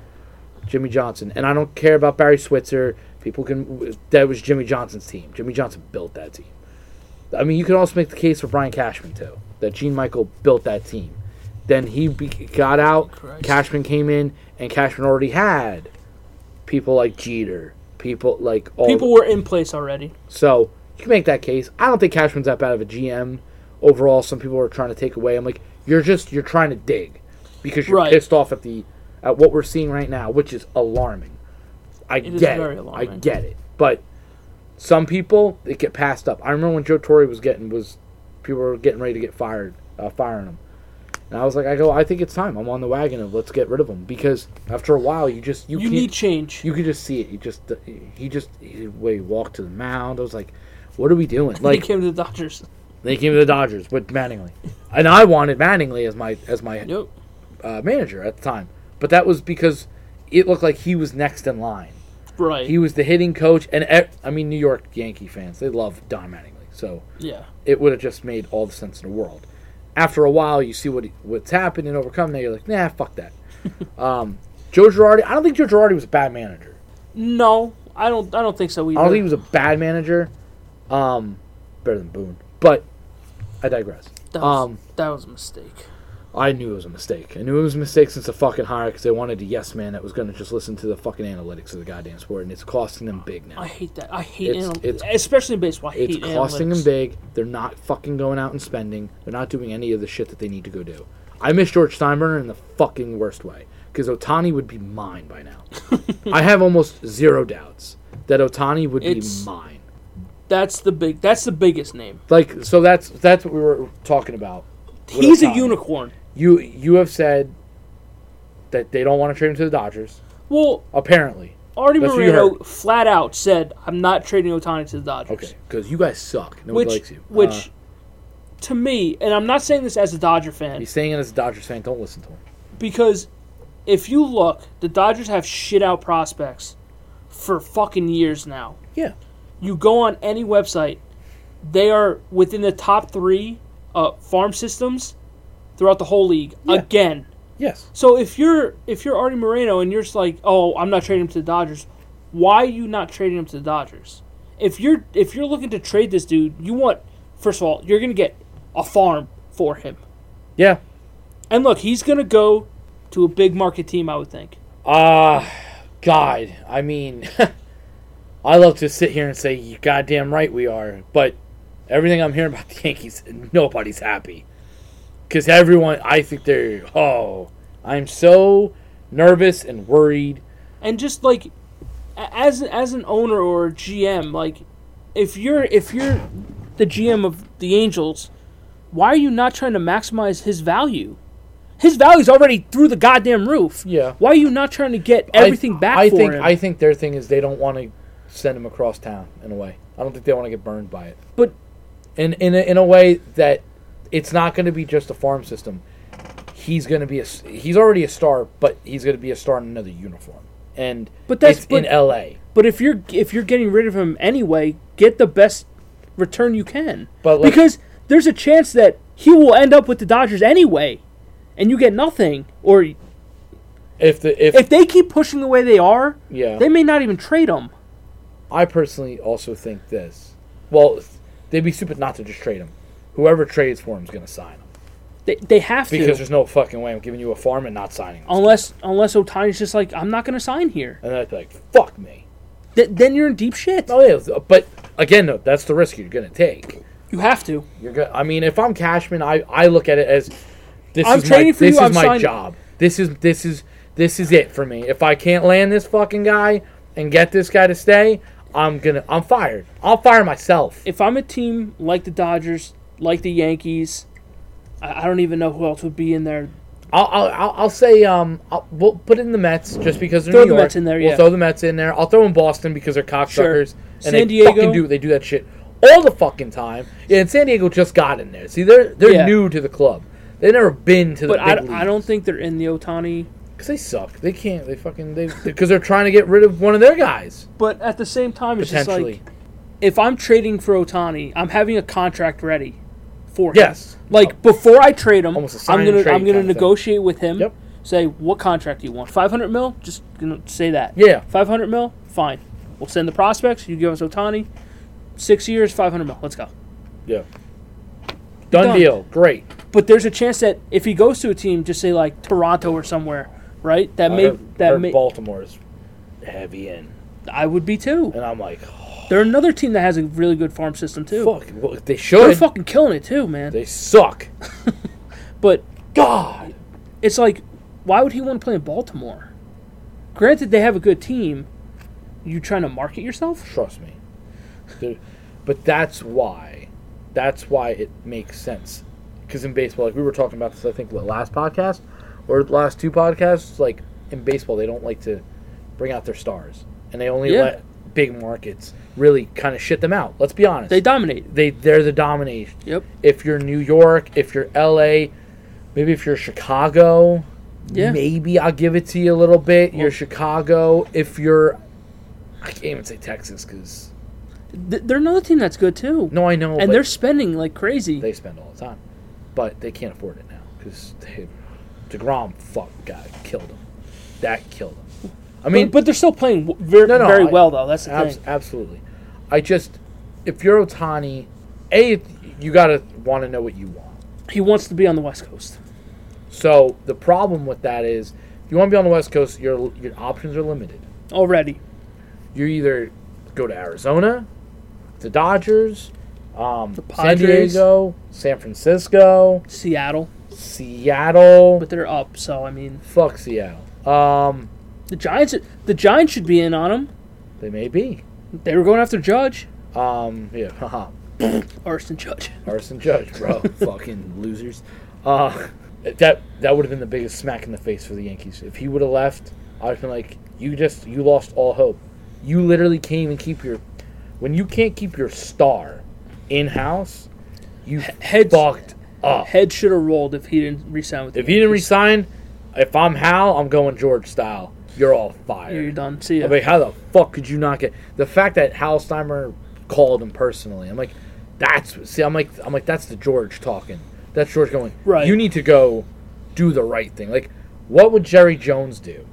A: Jimmy Johnson? And I don't care about Barry Switzer. People can that was Jimmy Johnson's team. Jimmy Johnson built that team. I mean, you could also make the case for Brian Cashman too. That Gene Michael built that team. Then he be- got out.
B: Christ.
A: Cashman came in, and Cashman already had people like Jeter, people like all
B: People were in place already.
A: so you can make that case. I don't think Cashman's that bad of a GM overall. Some people are trying to take away. I'm like, you're just you're trying to dig because you're
B: Right.
A: pissed off at the at what we're seeing right now, which is alarming. I
B: is
A: get
B: very
A: it. I
B: alarming.
A: get it. But some people it get passed up. I remember when Joe Torre was getting was people were getting ready to get fired, uh, firing him. And I was like, I go, I think it's time. I'm on the wagon of let's get rid of him because after a while, you just you,
B: You,
A: can't,
B: need change.
A: you could just see it. He just he just he, way he walked to the mound. I was like, what are we doing?
B: Like,
A: Like
B: he came to the Dodgers.
A: they came to the Dodgers with Mattingly, and I wanted Mattingly as my as my
B: Yep.
A: uh, manager at the time. But that was because it looked like he was next in line.
B: Right.
A: He was the hitting coach, and e- I mean New York Yankee fans they love Don Mattingly, so
B: yeah.
A: it would have just made all the sense in the world. After a while, you see what he, what's happened and overcome. Now you're like, nah, fuck that. um, Joe Girardi, I don't think Joe Girardi was a bad manager.
B: No, I don't. I don't think so either.
A: I don't think he was a bad manager. Um, better than Boone, but I digress.
B: that, was,
A: Um,
B: that was a mistake.
A: I knew it was a mistake. I knew it was a mistake since the fucking hire because they wanted a yes man that was going to just listen to the fucking analytics of the goddamn sport, and it's costing them big now.
B: I hate that. I hate
A: It's-
B: anal-
A: it's-
B: especially in baseball. I
A: it's
B: hate
A: costing them
B: analytics.
A: big. They're not fucking going out and spending. They're not doing any of the shit that they need to go do. I miss George Steinbrenner in the fucking worst way because Otani would be mine by now. I have almost zero doubts that Otani would
B: It's-
A: be mine.
B: That's the big. That's the biggest name.
A: Like so that's that's what we were talking about. What
B: He's a
A: else?
B: unicorn.
A: You you have said that they don't want to trade him to the Dodgers.
B: Well,
A: Apparently,
B: Artie
A: That's what you
B: Moreno
A: heard.
B: flat out said, "I'm not trading Otani to the Dodgers."
A: okay, because you guys suck. No
B: Which,
A: one likes you.
B: which,
A: Uh,
B: to me, and I'm not saying this as a Dodger fan,
A: he's saying it as a Dodgers fan. Don't listen to him.
B: because if you look, the Dodgers have shit out prospects for fucking years now.
A: Yeah,
B: You go on any website, they are within the top three uh, farm systems throughout the whole league
A: Yeah.
B: again.
A: yes,
B: So if you're if you're Artie Moreno and you're just like, oh, I'm not trading him to the Dodgers, why are you not trading him to the Dodgers? If you're if you're looking to trade this dude, you want first of all, you're gonna get a farm for him.
A: yeah.
B: And look, he's gonna go to a big market team, I would think.
A: Ah, God. I mean, I love to sit here and say, "You goddamn right we are," but everything I'm hearing about the Yankees, nobody's happy because everyone. I think they're. Oh, I'm so nervous and worried.
B: And just like a- as as an owner or a GM, like if you're if you're the GM of the Angels, why are you not trying to maximize his value? His value's already through the goddamn roof.
A: Yeah.
B: Why are you not trying to get
A: I-
B: everything back
A: I
B: for
A: think
B: him?
A: I think their thing is they don't want to send him across town in a way. I don't think they want to get burned by it.
B: but
A: In in a, in a way that it's not going to be just a farm system. He's going to be a s- he's already a star, but he's going to be a star in another uniform. And
B: But that's-
A: it's
B: but-
A: in L.A.
B: but if you're if you're getting rid of him anyway, get the best return you can.
A: But, like-
B: because there's a chance that he will end up with the Dodgers anyway, and you get nothing. Or
A: If the if,
B: if they keep pushing the way they are,
A: yeah,
B: they may not even trade him.
A: I personally also think this. Well, they'd be stupid not to just trade him. Whoever trades for him is going to sign him
B: They, they have to
A: because there's no fucking way I'm giving you a farm and not signing. Him.
B: unless unless Otani's just like I'm not going to sign here.
A: And then I'd be like, fuck me.
B: Th- then you're in deep shit.
A: Oh yeah, but again, though, that's the risk you're going to take.
B: You have to.
A: You're going. I mean, if I'm Cashman, I I look at it as this
B: I'm
A: is my
B: trading for
A: this
B: you,
A: is
B: I'm
A: my
B: signing-
A: job. This is this is this is it for me. If I can't land this fucking guy and get this guy to stay, I'm gonna I'm fired. I'll fire myself.
B: If I'm a team like the Dodgers, like the Yankees, I, I don't even know who else would be in there.
A: I'll, I'll, I'll, I'll say um, I'll, we'll put in the Mets just because they're
B: Throw
A: New
B: the
A: York.
B: Mets in there,
A: We'll
B: yeah.
A: throw the Mets in there. I'll throw in Boston because they're cocksuckers and
B: San
A: they
B: Diego.
A: fucking do they do that shit all the fucking time. Yeah, and San Diego just got in there. See, they're they're
B: Yeah.
A: new to the club. They've never been to the
B: But I,
A: big
B: I don't think they're in the Otani.
A: because they suck. They can't. They fucking they because they're trying to get rid of one of their guys
B: But at the same time, it's just
A: potentially.
B: like if I'm trading for Otani, I'm having a contract ready for him.
A: Yes.
B: Like before I trade him,
A: Almost a
B: I'm
A: sign
B: gonna
A: and trade
B: I'm gonna
A: kind of thing.
B: negotiate with him.
A: Yep.
B: Say what contract do you want? Five hundred mil? Just gonna say that.
A: Yeah.
B: Five hundred mil? Fine. We'll send the prospects. You give us Otani. Six years, five hundred mil. Let's go.
A: yeah. Done,
B: Done.
A: deal. Great.
B: But there's a chance that if he goes to a team, just say like Toronto or somewhere, right? That
A: I
B: may
A: heard,
B: that
A: heard
B: may
A: Baltimore's heavy in,
B: I would be too.
A: and I'm like,
B: They're another team that has a really good farm system too.
A: fuck. Well, they
B: They're
A: should.
B: fucking killing it too, man.
A: They suck.
B: But
A: God.
B: it's like, why would he want to play in Baltimore? Granted, they have a good team. You trying to market yourself?
A: Trust me. There- but that's why. That's why it makes sense. Because in baseball, like we were talking about this, I think, what, last podcast? Or the last two podcasts? Like, in baseball, they don't like to bring out their stars. And they only
B: Yeah.
A: let big markets really kind of shit them out. Let's be honest.
B: They dominate.
A: they, they're the domination.
B: Yep.
A: If you're New York, if you're LA, maybe if you're Chicago,
B: Yeah.
A: maybe I'll give it to you a little bit. you're Chicago. If you're, I can't even say Texas because
B: Th- They're another team that's good too.
A: no, I know,
B: and
A: but
B: they're spending like crazy.
A: they spend all the time, but they can't afford it now because Degrom fuck got killed him. That killed him. I mean,
B: but, but they're still playing w- very,
A: No, no,
B: very
A: I-
B: well though. That's the
A: Abs-
B: thing.
A: absolutely. I just, if you're Otani, a you gotta want to know what you want.
B: He wants to be on the West Coast.
A: So the problem with that is, if you want to be on the West Coast, your your options are limited.
B: already.
A: You either go to Arizona, the Dodgers, um, San
B: Padres.
A: Diego, San Francisco,
B: Seattle,
A: Seattle.
B: but they're up. So I mean,
A: Fuck Seattle. Um,
B: the Giants. The Giants should be in on him.
A: they may be.
B: They were going after Judge,
A: Um, yeah, haha.
B: Arson Judge.
A: Arson Judge, bro, fucking losers. Uh, that that would have been the biggest smack in the face for the Yankees. If he would have left, I'd have been like, you just you lost all hope. You literally can't even keep your when you can't keep your star in house. You
B: heads-
A: fucked up.
B: Head should have rolled if he didn't resign with.
A: Oh. If
B: the
A: you didn't
B: Yankees.
A: resign, if I'm Hal, I'm going George style. You're all
B: you're
A: fired.
B: done. See
A: I
B: ya.
A: mean, how the fuck could you not get the fact that Hal Steimer called him personally? I'm like, that's see, I'm like, I'm like, that's the George talking. That's George going.
B: Right.
A: You need to go do the right thing. Like, what would Jerry Jones do?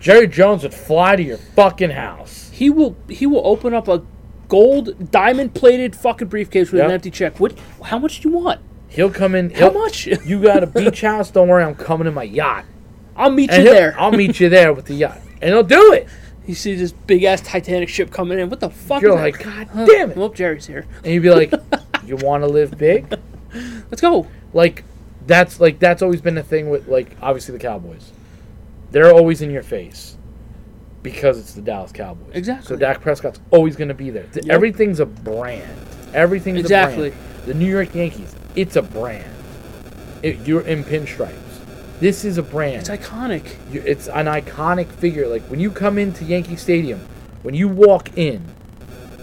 A: Jerry Jones would fly to your fucking house.
B: he will. He will open up a gold diamond plated fucking briefcase with an
A: Yeah.
B: empty check. What? How much do you want?
A: He'll come in.
B: How
A: he'll-
B: much?
A: You got a beach house? Don't worry, I'm coming in my yacht.
B: I'll meet you
A: And he'll-
B: there.
A: I'll meet you there with the yacht, and he'll do it.
B: you see this big ass Titanic ship coming in. What the fuck?
A: You're
B: is
A: like,
B: that?
A: God damn it.
B: Well, Jerry's here.
A: and you'd be like, "You want to live big?"
B: Let's go.
A: Like, that's like that's always been a thing with like obviously the Cowboys. They're always in your face because it's the Dallas Cowboys.
B: Exactly.
A: So Dak Prescott's always going to be there. Th-
B: Yep.
A: Everything's a brand. Everything's
B: Exactly.
A: A brand. The New York Yankees, it's a brand. It, you're in pinstripes. This is a brand.
B: It's iconic.
A: You- it's an iconic figure. Like when you come into Yankee Stadium, when you walk in,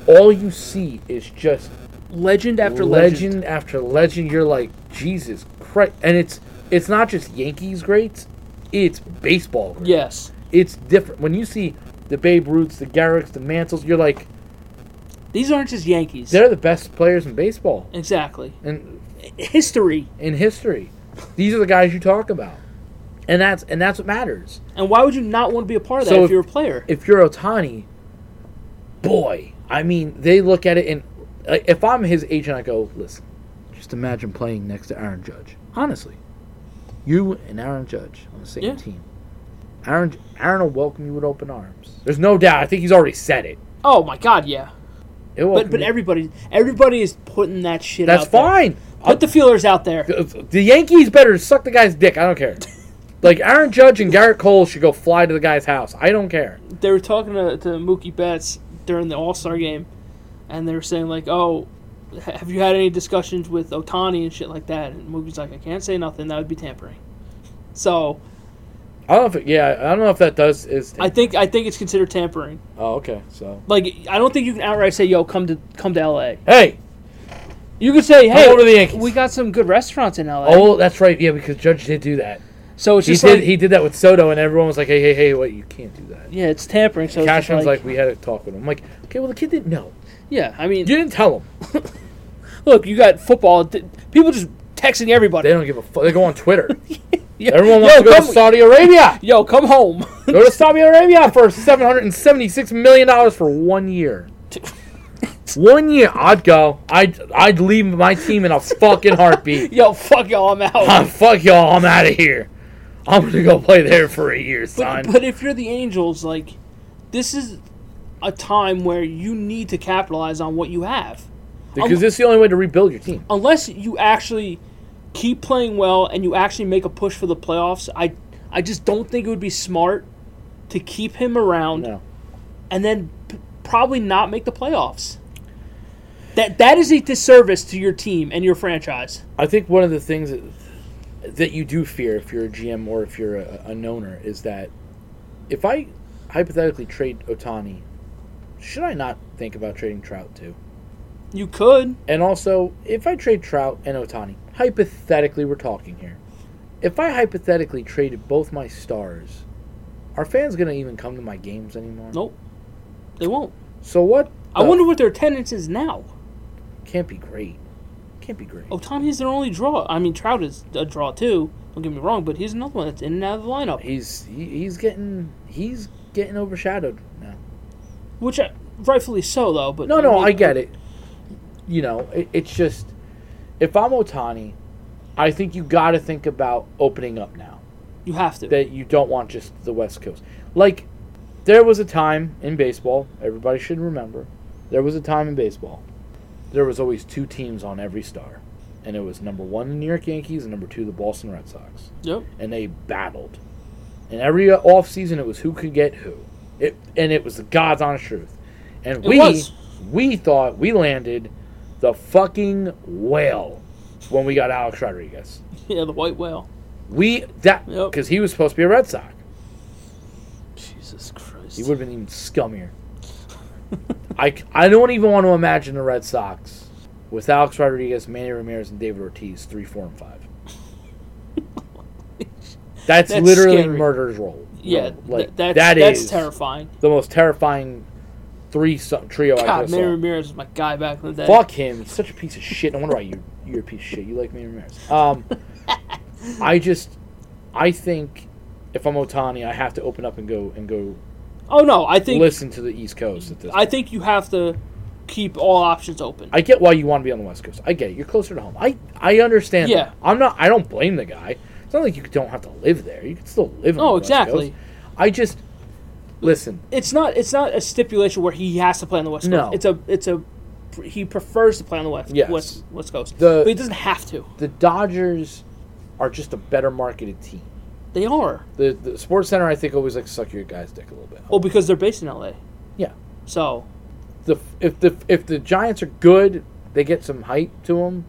A: all you see is just
B: Legend after
A: legend,
B: legend.
A: after legend. You're like Jesus Christ, and it's it's not just Yankees greats, it's baseball greats.
B: Yes.
A: it's different. When you see the Babe Ruths, the Garricks, the Mantles, you're like,
B: These aren't just Yankees.
A: They're the best players in baseball
B: exactly.
A: and
B: History.
A: in history. These are the guys you talk about, and that's and that's what matters.
B: And why would you not want to be a part of that
A: So
B: if
A: if-
B: you're a player?
A: If you're Otani, boy, I mean, they look at it and like, if I'm his agent, I go, listen, just imagine playing next to Aaron Judge. Honestly, you and Aaron Judge on the same
B: Yeah.
A: team. Aaron Aaron will welcome you with open arms. There's no doubt. I think he's already said it.
B: oh my God, yeah.
A: He'll welcome
B: But but
A: you.
B: everybody everybody is putting that shit.
A: that's
B: out there.
A: fine.
B: Put the feelers out there.
A: The the Yankees better suck the guy's dick. I don't care. like Aaron Judge and Garrett Cole should go fly to the guy's house. I don't care.
B: They were talking to, to Mookie Betts during the All Star game, and they were saying like, "Oh, have you had any discussions with Otani and shit like that?" And Mookie's like, "I can't say nothing. That would be tampering." So
A: I don't know if it, yeah. I don't know if that does is.
B: I think I think it's considered tampering.
A: oh okay. So
B: Like I don't think you can outright say, "Yo, come to come to L.A."
A: hey,
B: You could say, "Hey,
A: over to the Yankees."
B: we got some good restaurants in L.A."
A: oh that's right. Yeah, because Judge did do that.
B: so it's
A: He
B: just
A: did.
B: like,
A: he did that with Soto, and everyone was like, hey, hey, hey, what? You can't do that.
B: yeah, it's tampering. So it's just
A: Cashman's
B: like,
A: like, we had a talk with him. I'm like, okay, well the kid didn't know.
B: yeah. I mean,
A: You didn't tell him.
B: look, you got football. th- People just texting everybody.
A: They don't give a fuck. They go on Twitter.
B: Yo,
A: Everyone wants
B: yo,
A: to go
B: come-
A: to Saudi Arabia.
B: Yo, come home.
A: Go to Saudi Arabia for seven hundred and seventy-six million dollars for one year. one year, I'd go. I'd I'd leave my team in a fucking heartbeat.
B: Yo, fuck y'all, I'm
A: Ah,
B: out.
A: fuck y'all, I'm out of here. I'm gonna go play there for a year, son.
B: but, but if you're the Angels, like, this is a time where you need to capitalize on what you have.
A: because this is the only way to rebuild your team.
B: Unless you actually keep playing well and you actually make a push for the playoffs, I, I just don't think it would be smart to keep him around
A: No,
B: and then p- probably not make the playoffs. That that is a disservice to your team and your franchise.
A: I think one of the things that, that you do fear if you're a GM or if you're a, a knower is that if I hypothetically trade Otani, should I not think about trading Trout too?
B: You could.
A: And also, if I trade Trout and Otani, hypothetically, we're talking here. If I hypothetically traded both my stars, are fans going to even come to my games anymore?
B: Nope. They won't.
A: So what?
B: I
A: the-
B: wonder what their attendance is now.
A: Can't be great. Can't be great.
B: Otani is their only draw. I mean, Trout is a draw too. Don't get me wrong, but he's another one that's in and out of the lineup.
A: He's he, he's getting he's getting overshadowed now.
B: Which, I, rightfully so, though. But
A: No, no, I get it. You know, it, it's just if I'm Otani, I think you got to think about opening up now.
B: You have to.
A: that you don't want just the West Coast. Like, there was a time in baseball, everybody should remember, there was a time in baseball, there was always two teams on every star. And it was number one, the New York Yankees, and number two, the Boston Red Sox.
B: yep.
A: And they battled. And every uh, offseason, it was who could get who. It, and it was the God's honest truth. And
B: It
A: we,
B: was.
A: we thought we landed the fucking whale when we got Alex Rodriguez.
B: Yeah, the white whale.
A: We, that,
B: Yep.
A: because he was supposed to be a Red Sox.
B: Jesus Christ.
A: He would have been even scummier. I, I don't even want to imagine the Red Sox with Alex Rodriguez, Manny Ramirez, and David Ortiz, three, four, and five. That's,
B: That's
A: literally
B: scary.
A: murder's roll.
B: yeah,
A: roll.
B: like,
A: like
B: that's
A: that
B: that's
A: is
B: terrifying.
A: the most terrifying three some trio I
B: God,
A: just
B: Manny
A: saw.
B: Ramirez was my guy back in the day.
A: Fuck him. He's such a piece of shit. No wonder why you you're a piece of shit. You like Manny Ramirez. Um, I just I think if I'm Otani, I have to open up and go and go
B: Oh no, I think
A: listen to the East Coast at this.
B: I think you have to keep all options open.
A: I get why you want to be on the West Coast. I get it. You're closer to home. I I understand.
B: Yeah.
A: That. I'm not. I don't blame the guy. It's not like you don't have to live there. You can still live. on
B: No,
A: the West Coast.
B: exactly.
A: I just listen.
B: it's not it's not a stipulation where he has to play on the West Coast.
A: No.
B: It's a it's a he prefers to play on the West
A: Yes.
B: West, West Coast.
A: The-
B: but he doesn't have to.
A: The Dodgers are just a better marketed team.
B: They are.
A: The the Sports Center, I think, always like suck your guy's dick a little bit.
B: Well, because they're based in LA.
A: Yeah.
B: So
A: The if the if the Giants are good, they get some hype to them.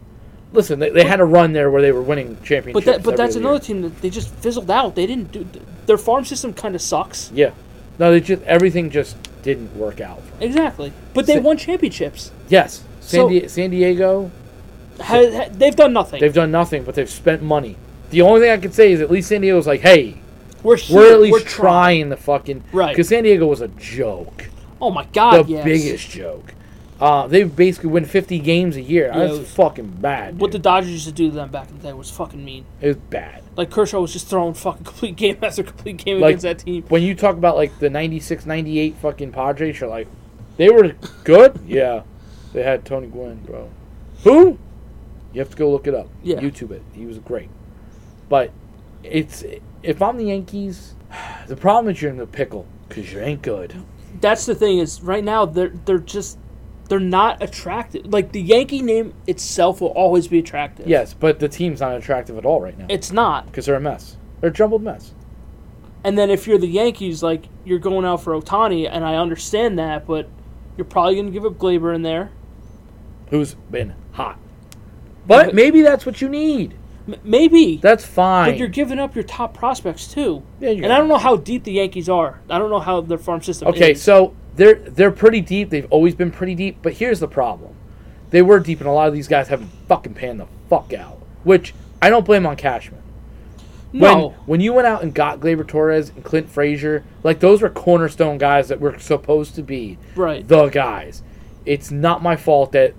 A: Listen, they, they had a run there where they were winning championships.
B: But that, but
A: every
B: that's
A: other
B: another
A: year.
B: team that they just fizzled out. They didn't do their farm system kind of sucks.
A: Yeah. No, they just everything just didn't work out. For 'em.
B: Exactly, but they
A: Sa-
B: won championships.
A: Yes, San,
B: So-
A: Di- San Diego.
B: Ha, ha, they've done nothing.
A: They've done nothing, but they've spent money. The only thing I could say is at least San Diego's like, hey,
B: we're here,
A: we're at least
B: we're trying.
A: trying the fucking
B: Right.
A: Because San Diego was a joke,
B: Oh my
A: the
B: God! yes.
A: biggest joke. Uh, they basically win 50 games a year.
B: Yeah, it
A: That's
B: was-
A: fucking bad.
B: What the
A: dude.
B: Dodgers used to do to them back in the day was fucking mean.
A: it was bad.
B: Like Kershaw was just throwing fucking complete game after complete game
A: Like-
B: against that team.
A: When you talk about like the 96, 98 fucking Padres, you're like, they were good? yeah. They had Tony Gwynn, bro. Who? You have to go look it up.
B: Yeah.
A: YouTube it. He was great. But it's if I'm the Yankees, the problem is you're in the pickle because you ain't good.
B: That's the thing is right now they're they're just they're not attractive. Like the Yankee name itself will always be attractive.
A: Yes, but the team's not attractive at all right now
B: It's not.
A: because they're a mess. They're a jumbled mess.
B: And then if you're the Yankees, like you're going out for Otani, and I understand that, but you're probably gonna give up Glaber in there.
A: Who's been hot. But
B: But-
A: maybe that's what you need.
B: M- maybe.
A: That's fine.
B: but you're giving up your top prospects too.
A: Yeah, you
B: and I don't know how deep the Yankees are. I don't know how their farm system
A: Okay,
B: is.
A: so they're they're pretty deep. They've always been pretty deep, but here's the problem. They were deep and a lot of these guys haven't fucking panned the fuck out. Which I don't blame on Cashman. When
B: no.
A: when you went out and got Glaber Torres and Clint Frazier, like those were cornerstone guys that were supposed to be
B: Right.
A: the guys. It's not my fault that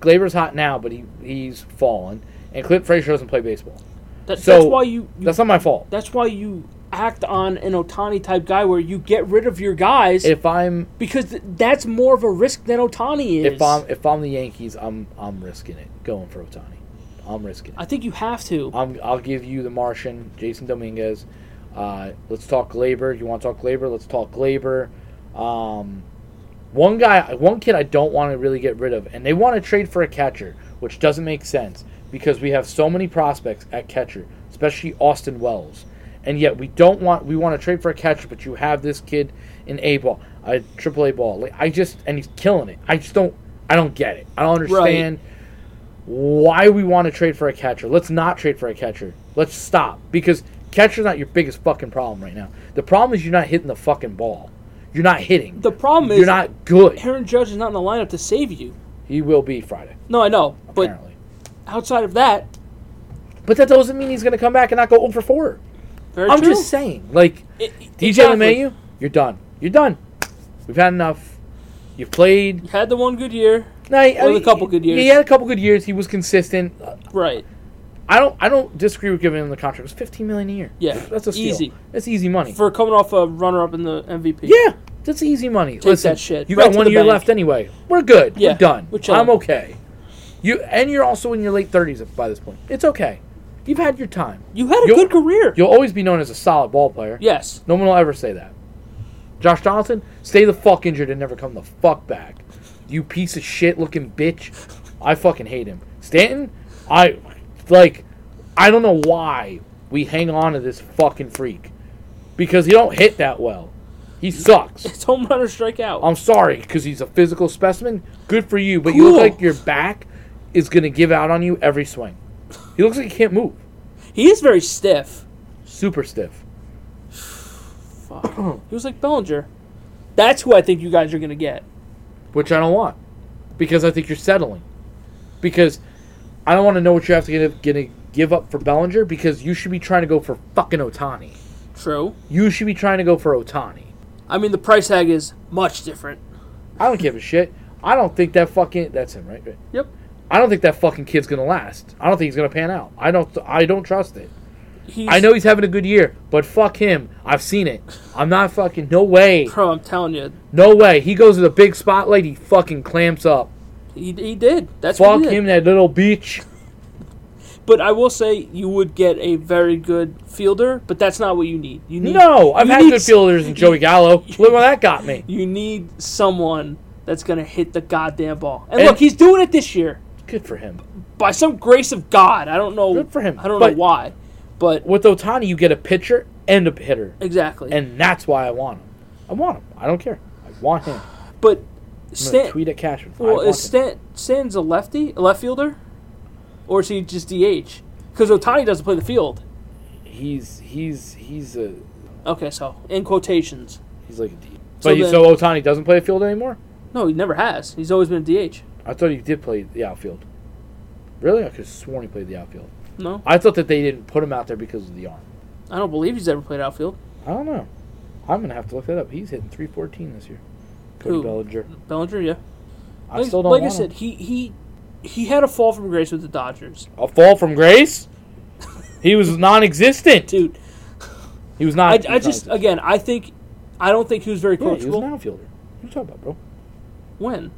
A: Glaber's hot now, but he, he's fallen. And Clint Frazier doesn't play baseball.
B: That,
A: so
B: that's why you, you
A: That's not my fault.
B: That's why you act on an Otani type guy where you get rid of your guys
A: If I'm
B: because th- that's more of a risk than Otani is.
A: If I'm if I'm the Yankees, I'm I'm risking it going for Otani. I'm risking
B: I
A: it.
B: think you have to.
A: I'm, I'll give you the Martian, Jason Dominguez. Uh, let's talk labor. You want to talk labor? Let's talk labor. Um, one guy, one kid, I don't want to really get rid of, and they want to trade for a catcher, which doesn't make sense because we have so many prospects at catcher, especially Austin Wells, and yet we don't want we want to trade for a catcher, but you have this kid in A ball, a triple A ball. Like I just and he's killing it. I just don't, I don't get it. I don't understand why we want to trade for a catcher. Let's not trade for a catcher. Let's stop because catcher's not your biggest fucking problem right now. The problem is you're not hitting the fucking ball. You're not hitting.
B: the problem
A: You're
B: is
A: not good.
B: Aaron Judge is not in the lineup to save you.
A: He will be Friday,
B: No, I know, but
A: apparently.
B: outside of that,
A: But, that doesn't mean he's going to come back and not go over 4.
B: very
A: I'm
B: true.
A: just saying, like
B: It- it-
A: DJ
B: exactly.
A: LeMayu, you're done. You're done. We've had enough. You've played.
B: You had the one good year,
A: No, I- I
B: With a
A: mean,
B: couple good years.
A: He had a couple good years. He was consistent.
B: right?
A: I don't. I don't disagree with giving him the contract. It was 15 million a year.
B: Yeah,
A: that's a steal.
B: easy.
A: That's easy money.
B: For coming off a runner-up in the MVP.
A: yeah, that's easy money. Listen,
B: that shit.
A: you
B: Right
A: got
B: to
A: one
B: the
A: year
B: bank.
A: left anyway. We're good.
B: Yeah,
A: We're done.
B: we're chilling.
A: I'm okay. You and you're also in your late 30s by this point. It's okay. You've had your time.
B: you had a
A: You'll-
B: good career.
A: You'll always be known as a solid ball player.
B: Yes,
A: No one will ever say that. Josh Donaldson, stay the fuck injured and never come the fuck back. You piece of shit looking bitch. I fucking hate him. Stanton, I like I don't know why we hang on to this fucking freak. Because he don't hit that well. He sucks.
B: it's home runner strikeout.
A: I'm sorry, because he's a physical specimen. Good for you, but you look
B: Cool.
A: like your back is gonna give out on you every swing. He looks like he can't move.
B: he is very stiff.
A: Super stiff.
B: Fuck. he was like Bellinger. That's who I think you guys are gonna get.
A: which I don't want because I think you're settling. Because I don't want to know what you have to give, gonna give up for Bellinger because you should be trying to go for fucking Otani.
B: True.
A: You should be trying to go for Otani.
B: I mean, the price tag is much different.
A: I don't give a shit. I don't think that fucking that's him, right? Right.
B: Yep.
A: I don't think that fucking kid's gonna last. I don't think he's gonna pan out. I don't. I don't trust it.
B: He's,
A: I know he's having a good year, but fuck him. I've seen it. I'm not fucking. No way.
B: Bro, I'm telling you,
A: No way. He goes to the big spotlight. He fucking clamps up.
B: he, he did. That's what
A: Fuck
B: he did.
A: him, that little bitch.
B: But I will say you would get a very good fielder, but that's not what you need. You need
A: No, I've
B: you
A: had
B: need
A: good
B: s-
A: fielders in Joey Gallo. Look where that got me.
B: You need someone that's gonna hit the goddamn ball. And,
A: And-
B: look, he's doing it this year
A: Good for him.
B: by some grace of God. I don't know.
A: Good for him.
B: I don't
A: But-
B: know why, but
A: With Otani, you get a pitcher and a hitter,
B: exactly.
A: and that's why I want him. I want him. I don't care. I want him. I'm
B: but
A: gonna
B: Stan,
A: tweet at Cashman. I
B: Well,
A: want
B: is
A: him.
B: Stan, Stan's a lefty, a left fielder, or is he just DH? Because Otani doesn't play the field.
A: he's he's he's a
B: Okay, so in quotations,
A: he's like a D.
B: So
A: But so,
B: then-
A: so Otani doesn't play field anymore.
B: no, he never has. He's always been a DH.
A: I thought he did play the outfield. Really, I could have sworn he played the outfield.
B: No,
A: I thought that they didn't put him out there because of the arm.
B: I don't believe he's ever played outfield.
A: I don't know. I'm gonna have to look that up. He's hitting 314 this year. Cody
B: Who?
A: Bellinger.
B: Bellinger, yeah.
A: I
B: like,
A: still don't
B: like I
A: want
B: said,
A: him.
B: he he he had a fall from grace with the Dodgers,
A: a fall from grace. he was non-existent.
B: dude.
A: He was not.
B: I,
A: he
B: I
A: was
B: just
A: non-existent.
B: again, I think I don't think he was very
A: yeah, he was
B: coachable.
A: an outfielder. What are you talking about, bro?
B: when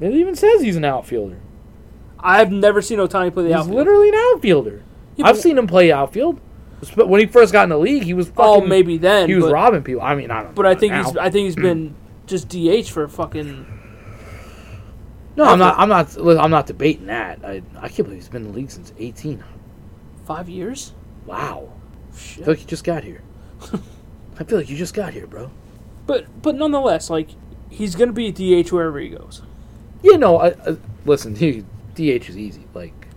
A: It even says he's an outfielder.
B: I've never seen Otani play the
A: He's
B: outfield.
A: literally an outfielder.
B: Yeah,
A: I've
B: but-
A: seen him play outfield. But When he first got in the league, he was
B: oh,
A: fucking.
B: maybe then
A: he was
B: but,
A: robbing people. I mean, I don't.
B: but
A: know
B: I
A: about
B: think he's
A: now.
B: I think he's been just DH for fucking.
A: no, I'm not. I'm not. look, I'm not debating that. I, I can't believe he's been in the league since 18.
B: Five years?
A: Wow. I
B: Shit.
A: feel like you just got here. I feel like you just got here, bro.
B: But but nonetheless, like he's gonna be a DH wherever he goes.
A: You know, I, I, listen, dude, DH is easy. Like,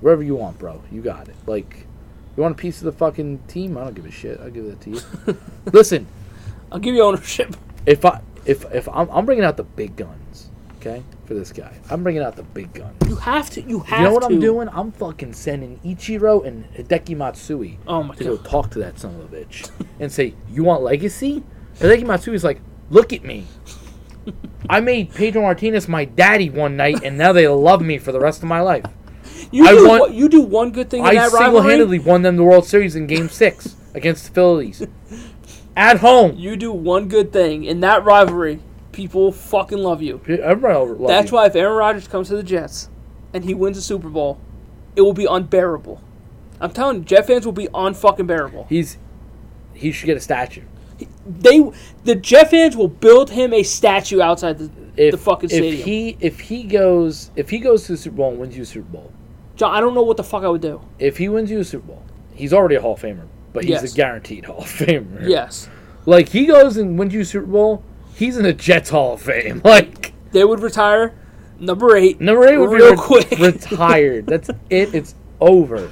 A: wherever you want, bro, you got it. Like, you want a piece of the fucking team? I don't give a shit. I'll give that to you. listen,
B: I'll give you ownership.
A: if I if if I'm, I'm bringing out the big guns, okay, for this guy, I'm bringing out the big guns.
B: You have to. You have.
A: You know what
B: to.
A: I'm doing? I'm fucking sending Ichiro and Hideki Matsui
B: Oh my
A: to go
B: god.
A: talk to that son of a bitch and say, "You want legacy?" Hideki Matsui's like, "Look at me. I made Pedro Martinez my daddy one night, and now they love me for the rest of my life.
B: You
A: I
B: do
A: want-
B: one- you do one good thing in
A: I
B: that rivalry.
A: single-handedly won them the World Series in Game Six against the Phillies at home.
B: You do one good thing in that rivalry, people fucking love you.
A: Everybody will love
B: That's
A: you.
B: why if Aaron Rodgers comes to the Jets and he wins a Super Bowl, it will be unbearable. I'm telling you, Jet fans will be on fucking bearable.
A: he's he should get a statue.
B: They the Jet fans will build him a statue outside the,
A: If,
B: the fucking stadium.
A: if he if he goes if he goes to the Super Bowl and wins you a Super Bowl,
B: John, I don't know what the fuck I would do.
A: if he wins you a Super Bowl, he's already a Hall of Famer, but he's
B: Yes.
A: a guaranteed Hall of Famer.
B: Yes.
A: Like he goes and wins you a Super Bowl, he's in the Jets Hall of Fame. Like
B: They would retire number eight.
A: number eight would be
B: real
A: re-
B: quick.
A: retired. That's it. It's over.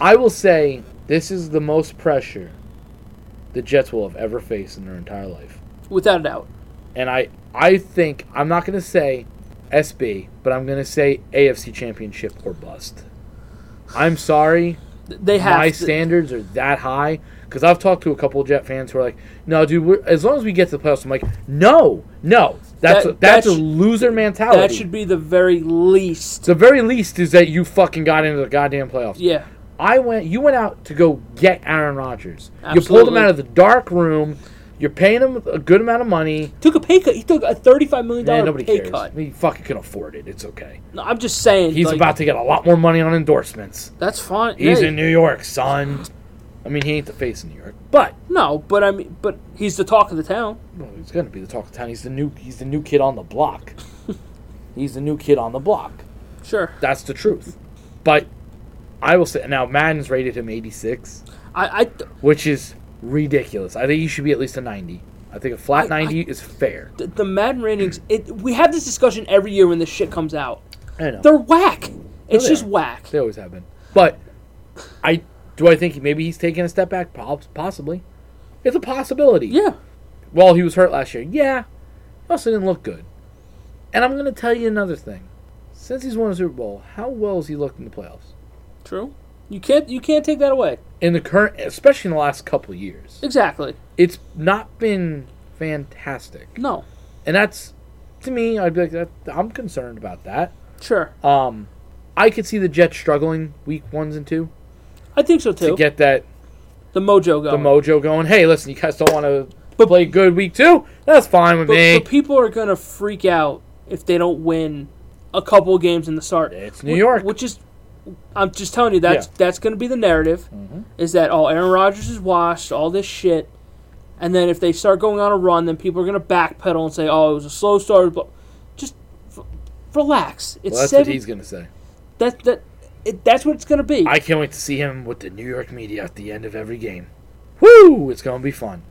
A: I will say this is the most pressure the Jets will have ever faced in their entire life,
B: Without a doubt.
A: and I I think I'm not going to say SB, but I'm going to say AFC Championship or bust. I'm sorry.
B: Th- They have
A: my
B: to-
A: standards are that high because I've talked to a couple Jet fans who are like, "No, dude, we're, as long as we get to the playoffs," I'm like, "No, no, that's
B: That-
A: a, that's
B: that
A: a
B: sh-
A: loser mentality."
B: that should be the very least.
A: the very least is that you fucking got into the goddamn playoffs.
B: Yeah.
A: I went, you went out to go get Aaron Rodgers. You pulled him
B: Absolutely.
A: out of the dark room. You're paying him a good amount of money.
B: Took a pay cut. He took a thirty-five million
A: Man,
B: dollar
A: nobody
B: pay
A: cares.
B: cut.
A: He fucking can afford it. It's okay.
B: No, I'm just saying.
A: He's
B: like,
A: about to get a lot more money on endorsements.
B: That's fine.
A: He's
B: Hey,
A: in New York, son. I mean, he ain't the face of New York, but
B: No, but I mean, but he's the talk of the town.
A: Well, he's gonna be the talk of town. He's the new. He's the new kid on the block. he's the new kid on the block.
B: Sure.
A: That's the truth. But I will say now, Madden's rated him 86,
B: I, I
A: which is ridiculous. I think he should be at least a 90. I think a flat
B: I-
A: 90 is fair.
B: the, the Madden ratings. It we have this discussion every year when this shit comes out.
A: I know
B: They're whack. It's
A: Oh, they
B: just
A: are.
B: whack.
A: they always have been. But I do. I think he- maybe he's taking a step back. Pops, possibly. It's a possibility.
B: Yeah.
A: Well, he was hurt last year. Yeah. He also didn't look good. And I'm going to tell you another thing. Since he's won a Super Bowl, how well has he looked in the playoffs?
B: True. You can't you can't take that away.
A: In the current, especially in the last couple of years,
B: Exactly.
A: it's not been fantastic.
B: No.
A: And that's, to me, I'd be like, that, I'm concerned about that.
B: Sure.
A: Um, I could see the Jets struggling week ones and two
B: I think so too.
A: to get that
B: the mojo going.
A: the mojo going. Hey, listen, you guys don't want to
B: But-
A: play good week two? That's fine with
B: but,
A: me.
B: but people are gonna freak out if they don't win a couple of games in the start.
A: It's New
B: Wh-
A: York.
B: which is. I'm just telling you that's
A: Yeah. Mm-hmm.
B: that's going to be the narrative, is that all Aaron Rodgers is washed, all this shit, and then if they start going on a run, then people are going to backpedal and say, "Oh, it was a slow start." But just f- relax. It's
A: well, that's what
B: seven.
A: he's going to say.
B: That that it, that's what it's going to be.
A: I can't wait to see him with the New York media at the end of every game. Woo! It's gonna be fun.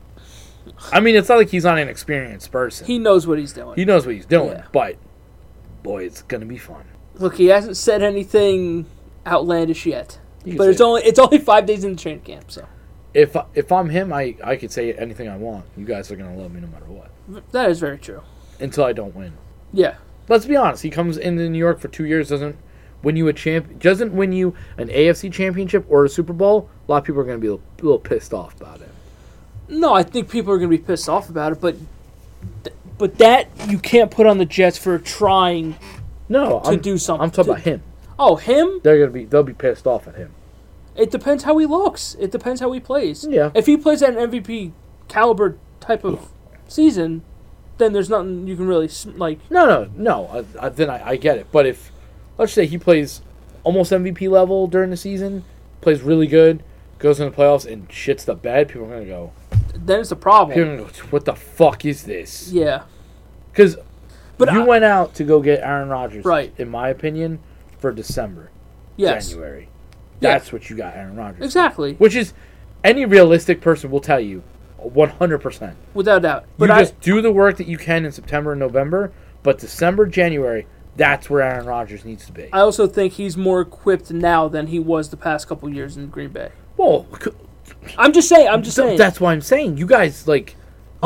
A: I mean, it's not like he's not an experienced person.
B: he
A: He,
B: knows what he's doing.
A: knows what he's doing,
B: Yeah.
A: but boy, it's gonna be fun.
B: Look, he hasn't said anything outlandish yet,
A: You can
B: but
A: say
B: it's
A: it.
B: only it's only five days in the training camp, so
A: If I- if I'm him, I I could say anything I want. You guys are gonna love me no matter what.
B: that is very true.
A: Until I don't win.
B: Yeah,
A: Let's be honest. He comes into New York for two years, doesn't win you a champ, doesn't win you an AFC championship or a Super Bowl. A lot of people are gonna be a little pissed off about it.
B: no, I think people are going to be pissed off about it, but th- But that you can't put on the Jets for trying.
A: No,
B: To
A: I'm,
B: do something-
A: I'm talking
B: to-
A: about him.
B: Oh, him?
A: They're gonna be they'll be pissed off at him.
B: It depends how he looks. It depends how he plays.
A: Yeah.
B: If he plays at an MVP caliber type of season, then there's nothing you can really s- like.
A: No, no, no. Uh, uh, then I, I get it. But if let's say he plays almost MVP level during the season, plays really good, goes in the playoffs and shits the bed, people are gonna go.
B: Then it's a problem.
A: People are gonna go. What the fuck is this?
B: Yeah.
A: Because
B: But
A: you
B: I-
A: went out to go get Aaron Rodgers,
B: Right.
A: In my opinion, for December,
B: Yes.
A: January.
B: Yeah.
A: That's what you got, Aaron Rodgers.
B: Exactly.
A: Which is any realistic person will tell you, one hundred percent.
B: Without a doubt.
A: You
B: But I,
A: just do the work that you can in September and November, but December, January, that's where Aaron Rodgers needs to be.
B: I also think he's more equipped now than he was the past couple years in Green Bay.
A: well, c-
B: I'm just saying. I'm just
A: th-
B: saying.
A: that's why I'm saying you guys like you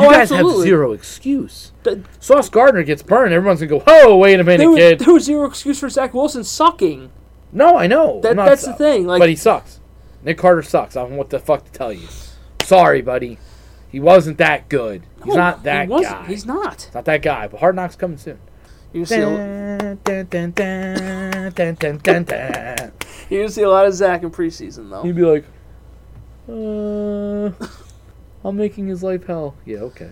B: Oh,
A: guys have
B: absolutely.
A: zero excuse.
B: Th-
A: Sauce Gardner gets burned, everyone's gonna go, "Oh, wait a minute,
B: there, was,
A: kid."
B: there was zero excuse for Zach Wilson sucking.
A: No, I know.
B: That-
A: I'm not-
B: that's the thing, like-
A: but he sucks. Nick Carter sucks. I don't know what the fuck to tell you. Sorry, buddy. He wasn't that good. He's
B: No,
A: not that
B: he wasn't.
A: guy.
B: He's not.
A: not that guy. But Hard Knocks coming soon.
B: You're gonna see. A,
A: Dun, dun, dun, dun, dun, dun, dun, dun.
B: you're gonna see a lot of Zach in preseason though.
A: He'd be like, uh, I'm making his life hell. Yeah, okay.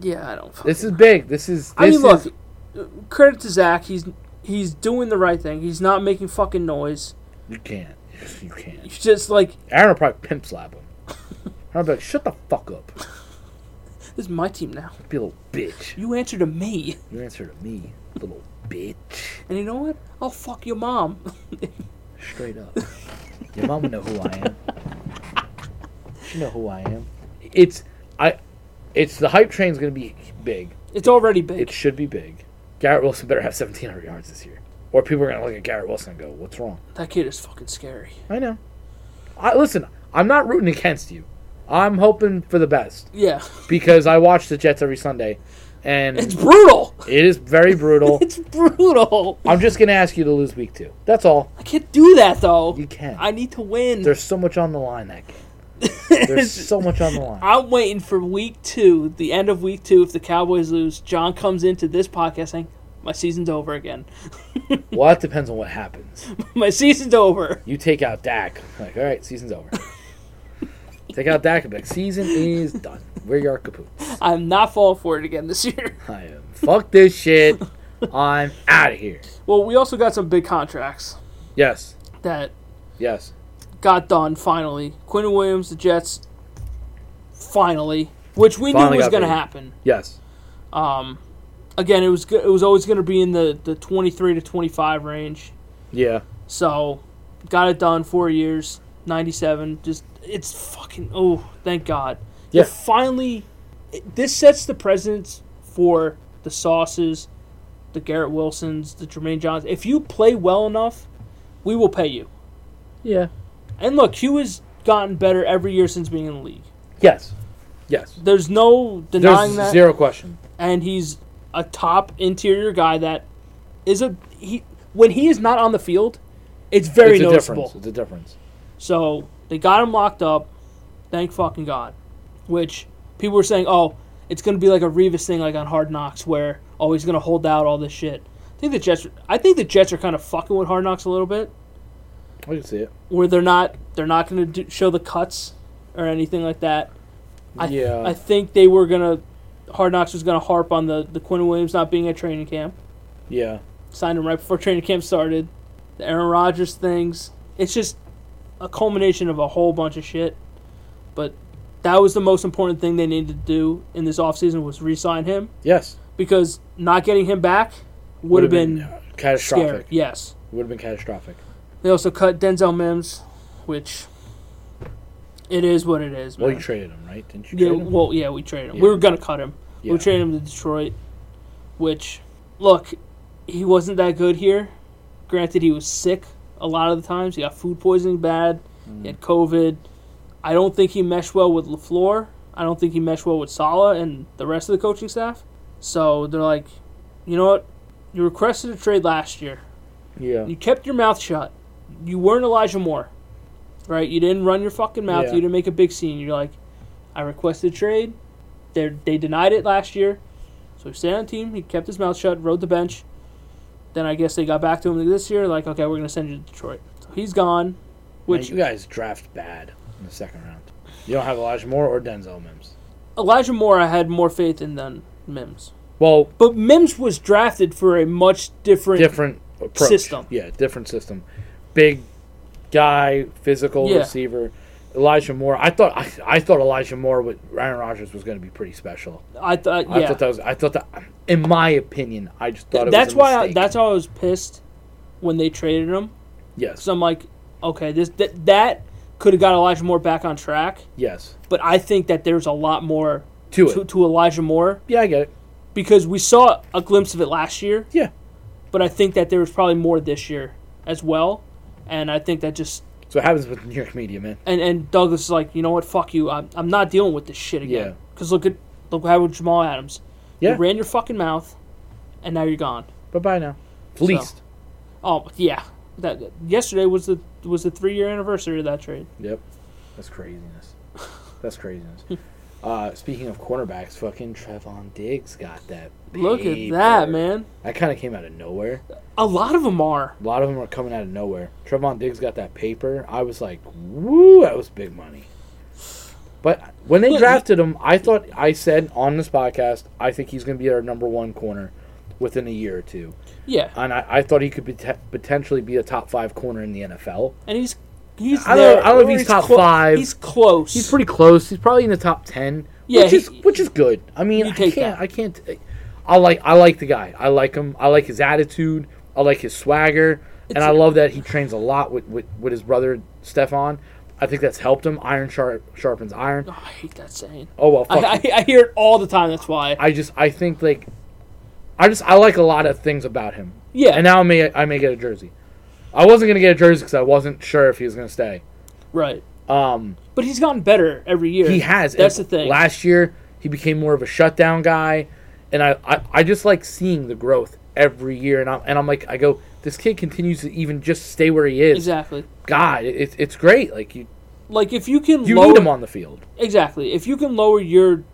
B: Yeah, I don't. fucking-
A: This is big. This is. This
B: I mean,
A: is-
B: look. Credit to Zach. He's he's doing the right thing. He's not making fucking noise.
A: You can't. You can't.
B: He's just like
A: Aaron will probably pimp slap him. I'll be like, shut the fuck up.
B: this is my team now.
A: Be a little bitch.
B: You answer to me,
A: You answer to me, little bitch.
B: and you know what? I'll fuck your mom.
A: Straight up. Your mama know who I am. She know who I am. It's I. It's the hype train's gonna be big.
B: it's already big.
A: It should be big. Garrett Wilson better have 1,700 yards this year, or people are gonna look at Garrett Wilson and go, "What's wrong?"
B: that kid is fucking scary.
A: I know. I listen. I'm not rooting against you. I'm hoping for the best
B: Yeah,
A: because I watch the Jets every Sunday, and
B: it's brutal.
A: it is very brutal.
B: It's brutal.
A: I'm just gonna ask you to lose week two. That's all.
B: I can't do that though.
A: You can't.
B: I need to win.
A: There's so much on the line that game. There's so much on the line.
B: I'm waiting for week two, the end of week two. If the Cowboys lose, John comes into this podcast saying, "My season's over again.
A: Well, that depends on what happens.
B: My season's over."
A: You take out Dak, like, all right, season's over. take out Dak, and be like, season is done. We're your kaput.
B: I'm not falling for it again this year.
A: I am. Fuck this shit. I'm out of here.
B: Well, we also got some big contracts
A: Yes.
B: that
A: Yes.
B: got done finally. Quinn Williams, the Jets, finally, which we
A: Finally
B: knew was
A: got
B: going to
A: paid.
B: happen.
A: Yes.
B: Um, again, it was go- it was always going to be in the the 23 to 25 range.
A: Yeah.
B: So, got it done. Four years, ninety-seven. Just it's fucking. Oh, thank God.
A: Yeah.
B: It finally, it- this sets the precedence for the sauces, the Garrett Wilsons, the Jermaine Johns. If you play well enough, we will pay you.
A: Yeah.
B: And look, Hugh has gotten better every year since being in the league.
A: Yes. Yes.
B: There's no
A: There's
B: denying that.
A: zero question.
B: And he's a top interior guy that is a he when he is not on the field, it's very
A: it's a
B: noticeable.
A: difference. It's a difference.
B: So they got him locked up. Thank fucking God. Which people were saying, oh, it's going to be like a Revis thing, like on Hard Knocks, where oh he's going to hold out all this shit. I think the Jets. I think the Jets are kind of fucking with Hard Knocks a little bit,
A: I can see it.
B: where they're not they're not going to do, show the cuts or anything like that. I,
A: Yeah.
B: I think they were gonna Hard Knocks was gonna harp on the the Quinn Williams not being at training camp.
A: Yeah.
B: Signed him right before training camp started. The Aaron Rodgers things. It's just a culmination of a whole bunch of shit. But that was the most important thing they needed to do in this offseason was re-sign him
A: Yes.
B: because not getting him back would have been,
A: catastrophic.
B: scary. Yes.
A: Would have been catastrophic.
B: They also cut Denzel Mims, which it is what it is.
A: Well,
B: man.
A: you traded him, right? Didn't you?
B: Yeah,
A: trade him?
B: well, yeah, we traded him.
A: Yeah.
B: We were gonna cut him.
A: Yeah.
B: We traded him to Detroit, which, look, he wasn't that good here. Granted, he was sick a lot of the times. He got food poisoning bad. He had COVID. I don't think he meshed well with Lafleur. I don't think he meshed well with Sala and the rest of the coaching staff. So they're like, you know what? You requested a trade last year.
A: yeah.
B: You kept your mouth shut. You weren't Elijah Moore, right? You didn't run your fucking mouth.
A: Yeah.
B: You didn't make a big scene. You're like, I requested a trade. They they denied it last year, so So he stayed on the team. He kept his mouth shut, rode the bench. Then I guess they got back to him this year, like, okay, we're going to send you to Detroit. So he's gone,
A: Which
B: which
A: you guys draft bad in the second round. You don't have Elijah Moore or Denzel Mims.
B: Elijah Moore I had more faith in than Mims.
A: Well,
B: But Mims was drafted for a much different.
A: different approach.
B: System.
A: Yeah, different system. Big guy, physical
B: Yeah.
A: receiver. Elijah Moore. I thought I, I thought Elijah Moore with Ryan Rodgers was going to be pretty special.
B: I thought, yeah.
A: I thought that was. I thought that, in my opinion, I just thought it
B: that's
A: was. a
B: why I,
A: mistake.
B: that's how I was pissed when they traded him.
A: yes,
B: So I'm like, okay, this th- that could have got Elijah Moore back on track,
A: yes,
B: but I think that there's a lot more
A: to it.
B: to, to Elijah Moore
A: yeah, I get it.
B: because we saw a glimpse of it last year,
A: Yeah,
B: but I think that there was probably more this year as well, and I think that just
A: so it happens with New York media, man.
B: and and Douglas is like, you know what, fuck you, I'm, I'm not dealing with this shit
A: Yeah.
B: again. Because look at look how Jamal Adams,
A: Yeah,
B: you ran your fucking mouth, and now you're gone.
A: bye bye now. Least.
B: Oh yeah, that yesterday was the was the three year anniversary of that trade.
A: Yep, that's craziness. That's craziness. uh, speaking of cornerbacks, fucking Trevon Diggs got that.
B: Look at
A: paper.
B: that, man.
A: That kind of came out of nowhere.
B: A lot of them are.
A: A lot of them are coming out of nowhere. Trevon Diggs got that paper. I was like, woo, that was big money. But when they
B: Look,
A: drafted him, I thought I said on this podcast, I think he's going to be our number one corner within a year or two,
B: Yeah,
A: and I, I thought he could be potentially be a top five corner in the NFL.
B: and he's he's.
A: I don't know-
B: there.
A: I don't know if
B: Or
A: he's top five.
B: He's close.
A: He's pretty close. He's probably in the top ten,
B: Yeah,
A: which is
B: he-
A: which is good. I mean,
B: You
A: I
B: take
A: can't.
B: that.
A: I can't. I like. I like the guy. I like him. I like his attitude. I like his swagger, and
B: It's-
A: I love that he trains a lot with with, with his brother Stefan. I think that's helped him. Iron sharp, sharpens iron.
B: Oh, I hate that saying.
A: Oh well,
B: I,
A: fuck. I,
B: I, I hear it all the time. That's why.
A: I just. I think like. I just. I like a lot of things about him.
B: yeah,
A: And now I may. I may get a jersey. I wasn't gonna get a jersey because I wasn't sure if he was gonna stay.
B: right.
A: Um.
B: But he's gotten better every year.
A: He has.
B: That's
A: And
B: the thing.
A: Last year, he became more of a shutdown guy, and I, I, I just like seeing the growth every year. And I'm, and I'm like, I go, this kid continues to even just stay where he is.
B: exactly.
A: God, it, it's- it's great. Like you,
B: Like if you can
A: you
B: lower
A: need him on the field.
B: exactly if you can lower your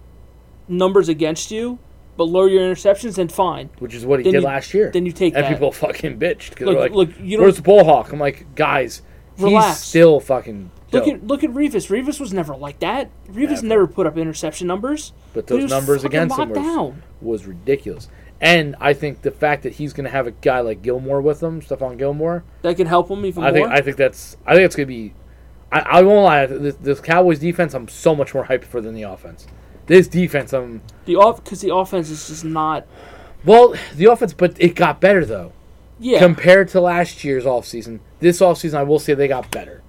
B: numbers against you, but lower your interceptions, then fine.
A: Which is what he
B: Then
A: did
B: you-
A: last year.
B: Then you take
A: and
B: that.
A: people fucking bitched because
B: Look-
A: they're like,
B: look, you don't-
A: "Where's the bull hawk?" I'm like, guys,
B: Relax.
A: he's still fucking.
B: Look
A: dope."
B: at look at Revis. Revis was never like that. Revis
A: Never.
B: never put up interception numbers.
A: But
B: he
A: those
B: was
A: numbers
B: fucking
A: against him
B: locked
A: was-
B: down.
A: was ridiculous. And I think the fact that he's going to have a guy like Gilmore with him, Stephon Gilmore,
B: That could help him even
A: I
B: more.
A: think I think that's I think it's gonna be. I, I won't lie. This, this Cowboys defense, I'm so much more hyped for than the offense. This defense, I'm
B: the off because the offense is just not.
A: well the offense, but it got better though
B: Yeah.
A: compared to last year's offseason. This offseason, I will say they got better.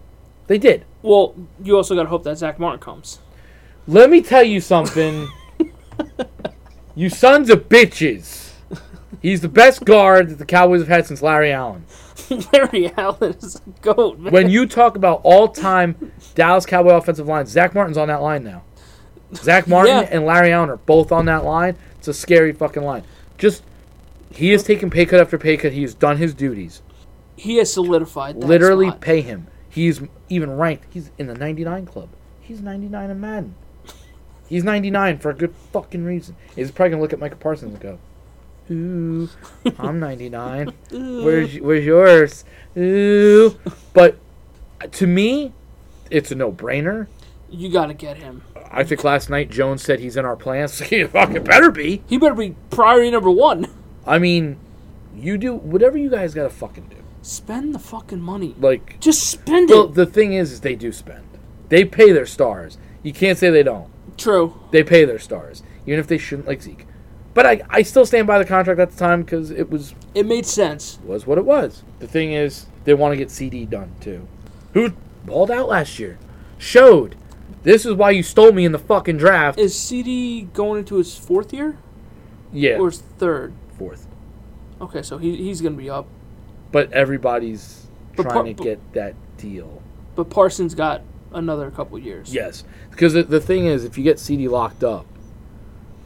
A: They did.
B: well, you also got to hope that Zach Martin comes.
A: Let me tell you something. you sons of bitches. He's the best guard that the Cowboys have had since Larry Allen.
B: Larry Allen is a goat, man.
A: when you talk about all time Dallas Cowboy offensive line, Zach Martin's on that line now. Zach Martin
B: Yeah.
A: and Larry Allen are both on that line. It's a scary fucking line. Just he has taken pay cut after pay cut. He has done his duties.
B: he has solidified. That
A: Literally
B: spot.
A: pay him. He's even ranked. He's in the 99 club. He's 99 in Madden. He's 99 for a good fucking reason. He's probably gonna look at Michael Parsons and go, "Ooh, I'm 99."
B: Ooh.
A: Where's where's yours? Ooh. But uh, to me, it's a no brainer.
B: you got to get him.
A: I think last night Jones said he's in our plans. he fucking better be.
B: He better be priority number one.
A: I mean, you do whatever you guys gotta fucking do.
B: Spend the fucking money.
A: Like
B: Just spend
A: well,
B: it.
A: the thing is, is they do spend. They pay their stars. You can't say they don't.
B: True.
A: They pay their stars, even if they shouldn't like Zeke. But I, I still stand by the contract at the time because it was
B: It made sense.
A: was what it was. The thing is, they want to get CD done too. Who balled out last year? Showed. This is why you stole me in the fucking draft.
B: Is CD going into his fourth year
A: yeah,
B: or his third?
A: fourth.
B: Okay, so he, he's gonna be up.
A: But everybody's
B: But
A: trying
B: par-
A: to
B: but-
A: get that deal.
B: But Parsons got another couple years.
A: Yes, because the, the thing is, if you get CD locked up,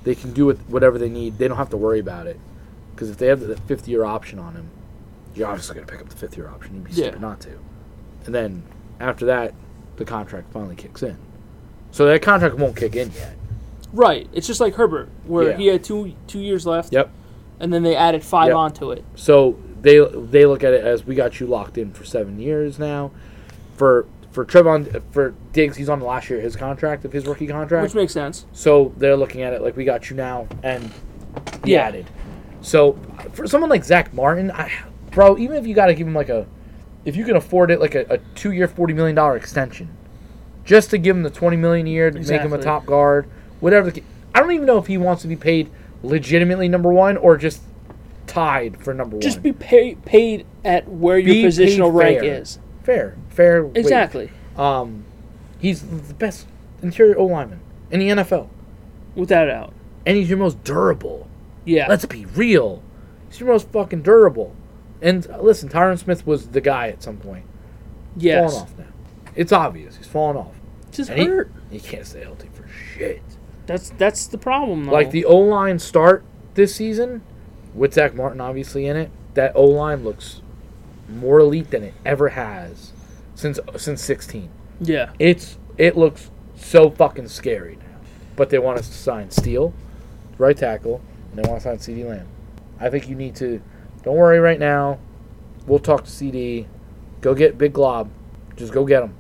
A: they can do with whatever they need. They don't have to worry about it. Because if they have the fifth year option on him, you're obviously going to pick up the fifth year option. You'd be
B: Yeah.
A: stupid not to. And then after that, the contract finally kicks in. So that contract won't kick in yet.
B: Right. It's just like Herbert, where
A: Yeah.
B: he had two two years left,
A: Yep.
B: and then they added five
A: Yep.
B: onto it.
A: So they they look at it as we got you locked in for seven years now. For for Trevon for Diggs, he's on the last year of his contract of his rookie contract.
B: Which makes sense.
A: so they're looking at it like we got you now and he
B: Yeah.
A: added. So for someone like Zach Martin, I, bro, even if you got to give him like a, if you can afford it, like a, a two year forty million dollar extension, just to give him the twenty million a year to make him a
B: Exactly.
A: top guard, whatever. The, ca- I don't even know if he wants to be paid legitimately number one or just tied for number
B: Just
A: one.
B: be pay, paid at where
A: Be
B: your
A: paid
B: positional rank
A: fair.
B: is.
A: fair, fair. wage.
B: Exactly.
A: Um, he's the best interior O lineman in the NFL,
B: Without a doubt.
A: and he's your most durable.
B: Yeah.
A: Let's be real. He's your most fucking durable. And uh, listen, Tyron Smith was the guy at some point.
B: yes.
A: Falling off now. It's obvious. He's falling off.
B: Just
A: And he-
B: hurt.
A: He can't stay healthy for shit.
B: That's that's the problem. Though.
A: Like the O line start this season, with Zach Martin obviously in it, that O line looks more elite than it ever has since since sixteen.
B: yeah.
A: It's it looks so fucking scary now. But they want us to sign Steele, right tackle, and they want to sign CD Lamb. I think you need to don't worry right now. We'll talk to CD. Go get Big Glob. Just go get him.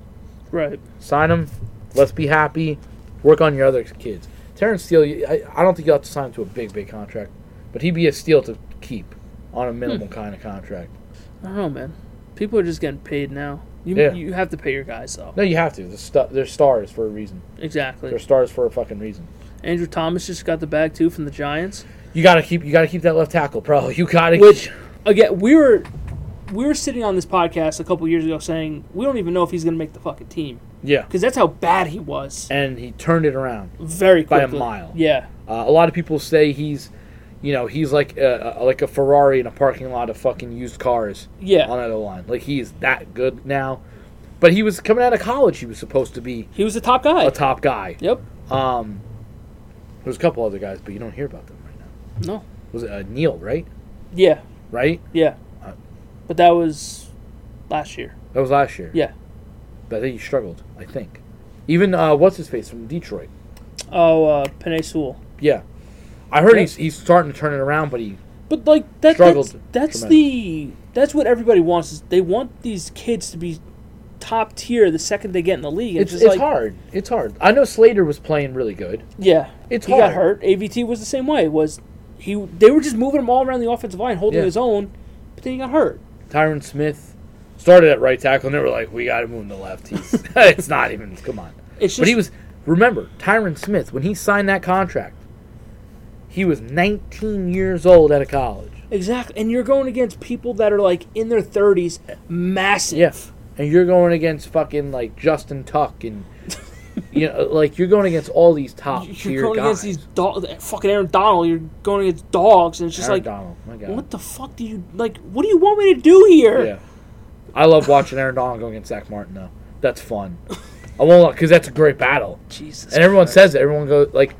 B: Right.
A: Sign him. Let's be happy. Work on your other kids. Terrence Steele, you- I, I don't think you'll have to sign him to a big, big contract, but he'd be a steal to keep on a minimal kind of contract.
B: I don't know, man. People are just getting paid now. You
A: Yeah.
B: you have to pay your guys though.
A: No, you have to. The stu- they're stars for a reason. They're
B: Exactly.
A: stars for a fucking reason.
B: Andrew Thomas just got the bag too from the Giants.
A: You gotta keep. You gotta keep that left tackle, bro. You gotta.
B: Which again, we were we were sitting on this podcast a couple years ago saying we don't even know if he's going to make the fucking team
A: yeah.
B: because that's how bad he was.
A: And he turned it around.
B: Very
A: By a
B: quickly.
A: mile.
B: Yeah.
A: Uh, a lot of people say he's, you know, he's like a, a- like a Ferrari in a parking lot of fucking used cars on
B: Yeah.
A: that line. Like he's that good now. But he was coming out of college. He was supposed to be
B: He was the top guy.
A: a top guy.
B: Yep.
A: Um, there's a couple other guys, but you don't hear about them right now.
B: No.
A: Was it uh, Neil? Right.
B: Yeah.
A: Right.
B: Yeah.
A: Uh,
B: But that was last year.
A: That was last year.
B: Yeah.
A: But I think he struggled. I think. Even uh, what's his face from Detroit.
B: Oh, uh, Panay Sewell.
A: Yeah. I heard
B: Yeah.
A: he's he's starting to turn it around, but he
B: But like that,
A: Struggled
B: that's, that's the that's what everybody wants. Is they want these kids to be top tier the second they get in the league.
A: It's,
B: just
A: it's
B: like,
A: hard. It's hard. I know Slater was playing really good.
B: Yeah,
A: It's
B: he
A: hard.
B: got hurt. AVT was the same way. Was he? They were just moving him all around the offensive line, holding
A: Yeah.
B: his own. But then he got hurt.
A: Tyron Smith started at right tackle, and they were like, "We got to move him to left." He's it's not even. Come on.
B: It's just
A: but he was. Remember, Tyron Smith when he signed that contract, he was 19 years old out of college.
B: exactly. And you're going against people that are like in their 30s, massive.
A: Yeah, and you're going against fucking like Justin Tuck and. You know, like you're going against all these top
B: You're
A: tier
B: going
A: guys.
B: against these do- fucking Aaron Donald. You're going against dogs, and it's just
A: Aaron
B: like,
A: Donald, my God.
B: what the fuck do you like? What do you want me to do here?
A: Yeah, I love watching Aaron Donald go against Zach Martin though. That's fun. I won't because that's a great battle.
B: Jesus.
A: And everyone
B: Christ.
A: says it. Everyone goes like,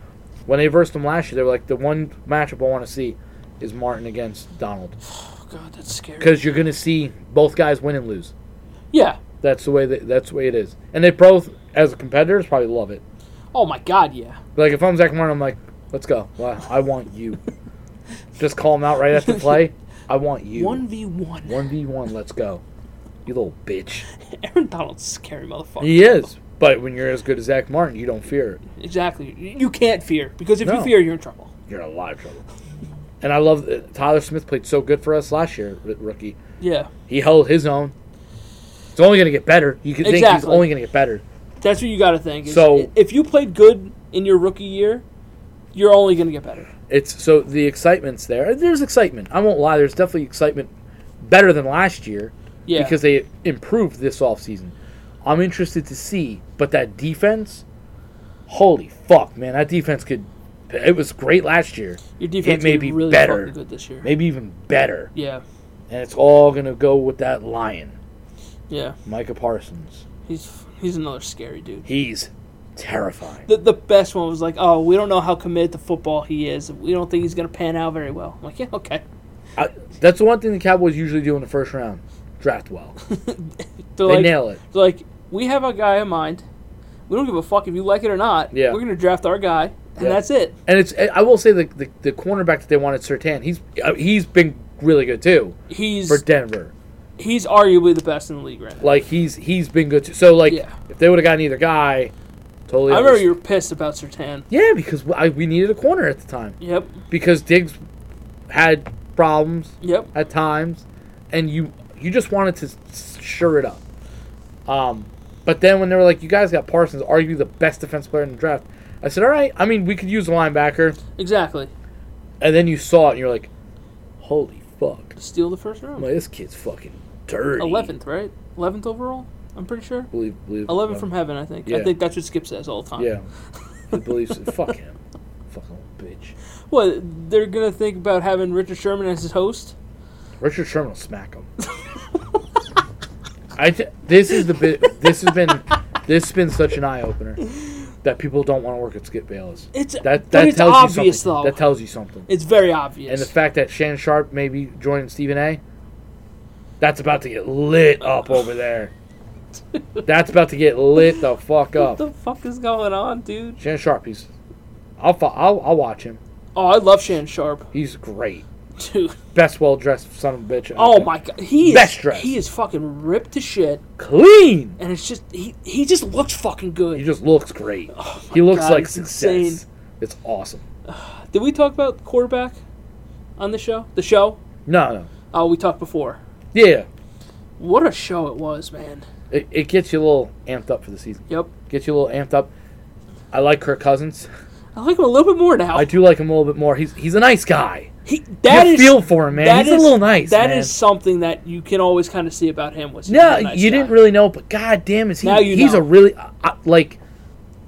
A: when they versed him last year, they were like, the one matchup I want to see is Martin against Donald
B: Oh God, that's scary.
A: because you're gonna see both guys win and lose.
B: Yeah.
A: That's the way that, that's the way it is. And they both, as competitors, probably love it.
B: Oh my God, yeah.
A: Like if I'm Zach Martin, I'm like, let's go. Well, I want you. Just call him out right after play. I want you.
B: One v one.
A: one v one. Let's go. You little bitch.
B: Aaron Donald's a scary motherfucker.
A: He is. But when you're as good as Zach Martin, you don't fear it.
B: Exactly. You you can't fear because if
A: No.
B: you fear, you're in trouble.
A: You're in a lot of trouble. And I love that Tyler Smith played so good for us last year, r- rookie.
B: Yeah.
A: He held his own. It's only going to get better. You can think he's
B: Exactly.
A: only going to get better.
B: That's what you got to think. is
A: So-
B: i- if you played good in your rookie year, you're only going to get better.
A: It's so the excitement's there. There's excitement. I won't lie. There's definitely excitement, better than last year
B: Yeah.
A: because they improved this offseason. I'm interested to see, but that defense, holy fuck, man, that defense could. It was great last year.
B: your defense
A: it may
B: could
A: be
B: really
A: better.
B: fucking good this year.
A: Maybe even better.
B: Yeah.
A: And it's all going to go with that lion,
B: Yeah.
A: Micah Parsons.
B: He's he's another scary dude.
A: He's terrifying.
B: The, the best one was like, oh, we don't know how committed to football he is. We don't think he's going to pan out very well. I'm like, yeah, okay.
A: I, that's the one thing the Cowboys usually do in the first round draft well.
B: They're
A: They
B: like,
A: nail it.
B: they're like, we have a guy in mind. We don't give a fuck if you like it or not.
A: Yeah.
B: We're going to draft our guy, and that's it.
A: And it's I will say the the, the cornerback that they wanted, Sertan. He's uh, he's been really good too
B: He's
A: for Denver.
B: he's arguably the best in the league right now.
A: Like he's he's been good too. So like
B: Yeah.
A: if they would have gotten either guy, totally.
B: I remember
A: understand.
B: you were pissed about Sertan.
A: Yeah, because w I we needed a corner at the time
B: Yep,
A: because Diggs had problems
B: yep.
A: at times, and you you just wanted to s- sure it up. Um, but then when they were like, "You guys got Parsons, arguably the best defense player in the draft," I said, "All right. I mean, we could use a linebacker."
B: Exactly.
A: And then you saw it, and you're like, "Holy fuck!
B: Steal the first round.
A: I'm like, this kid's fucking dirty."
B: Eleventh, right? Eleventh overall. I'm pretty sure.
A: Believe, believe.
B: Eleven from heaven, I think.
A: Yeah.
B: I think that's what Skip says all the time.
A: Yeah. He believes. fuck him. Fucking bitch.
B: What they're gonna think about having Richard Sherman as his host?
A: Richard Sherman will smack him. I th- this is the bit. This has been this has been such an eye opener that people don't want to work at Skip Bayless.
B: It's
A: That
B: but
A: that
B: it's
A: tells you
B: obvious
A: something.
B: though.
A: That tells you something.
B: it's very
A: And
B: obvious.
A: the fact that Shannon Sharp may be joining Stephen A. That's about to get lit up over there. that's about to get lit the fuck
B: what
A: up.
B: the fuck is going on, dude?
A: Shannon Sharp, he's. I'll, fo- I'll I'll watch him.
B: Oh, I love Shannon Sharp,
A: He's great.
B: dude.
A: Best well dressed son of a bitch. out
B: Oh
A: there.
B: my god, he is
A: Best dressed.
B: he is fucking ripped to shit,
A: Clean.
B: and it's just he he just looks fucking good.
A: He just looks great. he looks
B: Oh God,
A: like
B: it's
A: success.
B: insane.
A: It's awesome.
B: Did we talk about quarterback on the show? The show?
A: No, no.
B: Oh, we talked before.
A: Yeah.
B: What a show it was, man.
A: It, it gets you a little amped up for the season.
B: Yep.
A: Gets you a little amped up. I like Kirk Cousins.
B: I like him a little bit more now.
A: I do like him a little bit more. He's he's a nice guy.
B: he, that
A: you
B: is-
A: feel for him, man.
B: that
A: he's a
B: is-
A: little nice.
B: That is
A: man.
B: something that you can always kind of see about him. Was he's
A: No,
B: a nice
A: you
B: guy.
A: didn't really know, but god damn, is he?
B: Now you
A: he's
B: know.
A: a really I I- like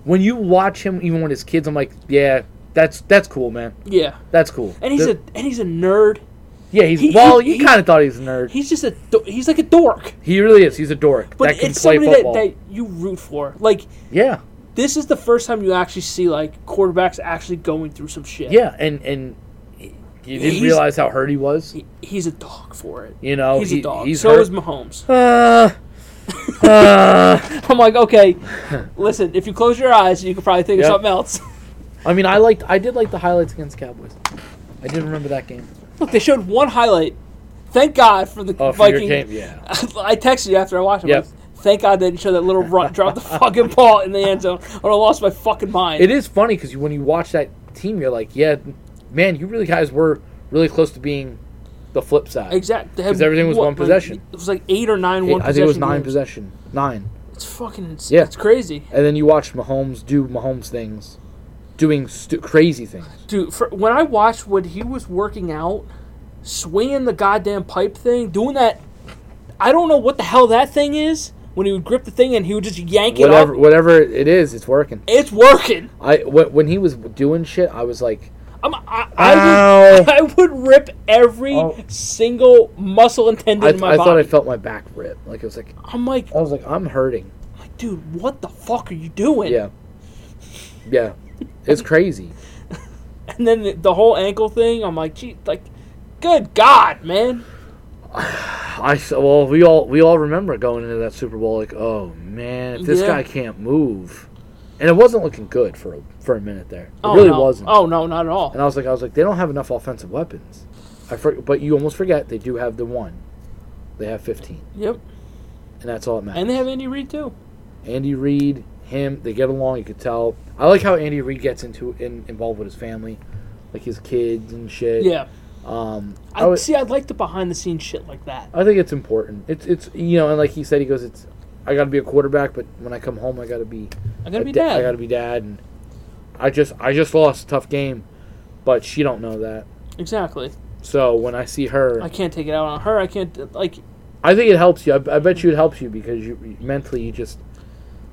A: when you watch him, even when his kids. I'm like, yeah, that's that's cool, man.
B: Yeah,
A: That's cool.
B: and he's
A: The-
B: a and he's a nerd.
A: yeah. He's
B: he-
A: well.
B: he-
A: you kind of thought he was a nerd. He,
B: He's just a do- he's like a dork,
A: really is. He's a dork
B: but
A: that can
B: it's
A: play
B: somebody that,
A: football.
B: that you root for. Like
A: yeah.
B: this is the first time you actually see like quarterbacks actually going through some shit.
A: Yeah, and and you didn't
B: He's-
A: realize how hurt he was.
B: He- he's a dog for it.
A: You know,
B: he's
A: he-
B: a dog.
A: he's
B: so
A: hurt.
B: is Mahomes.
A: Uh, uh,
B: I'm like, okay, listen, if you close your eyes, you could probably think
A: Yep.
B: of something else.
A: I mean, I liked, I did like the highlights against Cowboys. I did remember that game.
B: Look, they showed one highlight. Thank God for the
A: Oh, for your
B: Viking.
A: game, yeah.
B: I texted you after I watched it. I'm
A: Yep.
B: like, Thank God they didn't show that little runt drop the fucking ball in the end zone, or I lost my fucking mind.
A: It is funny because when you watch that team, you're like, yeah, man, you really guys were really close to being the flip side.
B: Exactly.
A: 'Cause everything was one possession.
B: It was like eight or nine
A: It-
B: one.
A: I think it was
B: possession
A: nine
B: games.
A: possession, nine,
B: It's fucking. It's,
A: Yeah.
B: it's crazy,
A: and then you watched Mahomes do Mahomes things, doing stu- crazy things.
B: dude. For, when I watched when he was working out, swinging the goddamn pipe thing, doing that, I don't know what the hell that thing is. When he would grip the thing and he would just yank
A: Whatever,
B: it up,
A: whatever it is, it's working.
B: it's working.
A: I wh- when he was doing shit, I was like,
B: I'm, I, I, would, I would rip every
A: Oh.
B: single muscle and tendon
A: I,
B: in
A: th-
B: my
A: I
B: body.
A: thought I Oh. felt my back rip. Like it was like
B: I'm like,
A: I was like, I'm hurting.
B: dude, what the fuck are you doing?
A: Yeah. Yeah. It's crazy.
B: And then the, the whole ankle thing, I'm like, gee, like, good God, man.
A: I s- well, we all we all remember going into that Super Bowl like, oh man, if this
B: Yeah.
A: guy can't move, and it wasn't looking good for a, for a minute there. It
B: Oh,
A: really
B: no.
A: wasn't.
B: Oh no, not at all.
A: And I was like, I was like, they don't have enough offensive weapons. I for, but you almost forget they do have the one. They have 15,
B: Yep.
A: and that's all it matters.
B: And they have Andy Reid too.
A: Andy Reid, him, they get along. You could tell. I like how Andy Reid gets into in, involved with his family, like his kids and shit.
B: Yeah.
A: Um,
B: I
A: would-
B: see. I'd like the behind the scenes shit like that.
A: I think it's important. It's it's you know, and like he said, he goes, it's I got to be a quarterback, but when I come home, I got to be
B: I'm gonna
A: a
B: be
A: da- I
B: dad.
A: got to be dad, and I just I just lost a tough game, but she don't know that.
B: Exactly.
A: So when I see her,
B: I
A: I,
B: can't take it out on her. I can't like.
A: think it helps you. I, I bet you it helps you because you you- mentally you just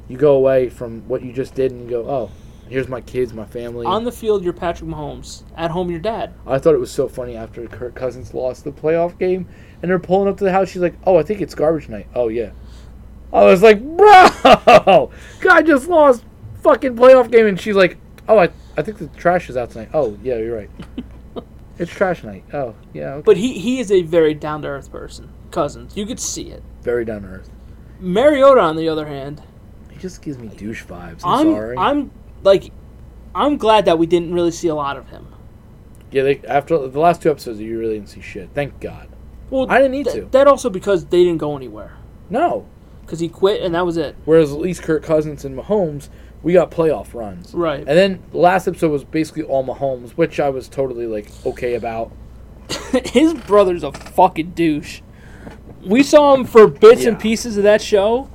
A: you go away from what you just did and you go, oh, here's my kids, my family.
B: On the field, you're Patrick Mahomes. At home, you're dad.
A: I thought it was so funny after Kirk Cousins lost the playoff game, and they're pulling up to the house. She's like, "Oh, I think it's garbage night." Oh yeah, I was like, "Bro, guy just lost fucking playoff game," and she's like, "Oh, I, I think the trash is out tonight." Oh yeah, you're right. it's trash night. Oh yeah, okay.
B: But he he is a very down to earth person. Cousins, you could see it.
A: very down to earth.
B: Mariota, on the other hand,
A: He just gives me douche vibes. I'm,
B: I'm
A: sorry.
B: I'm like I'm glad that we didn't really see a lot of him.
A: Yeah, they, after the last two episodes, you really didn't see shit. Thank God.
B: Well,
A: I didn't need
B: th-
A: to.
B: That also because they didn't go anywhere
A: No.
B: because he quit and that was it.
A: Whereas at least Kirk Cousins and Mahomes, we got playoff runs.
B: Right.
A: And then the last episode was basically all Mahomes, which I was totally like okay about.
B: His brother's a fucking douche. We saw him for bits and
A: Yeah.
B: pieces of that show,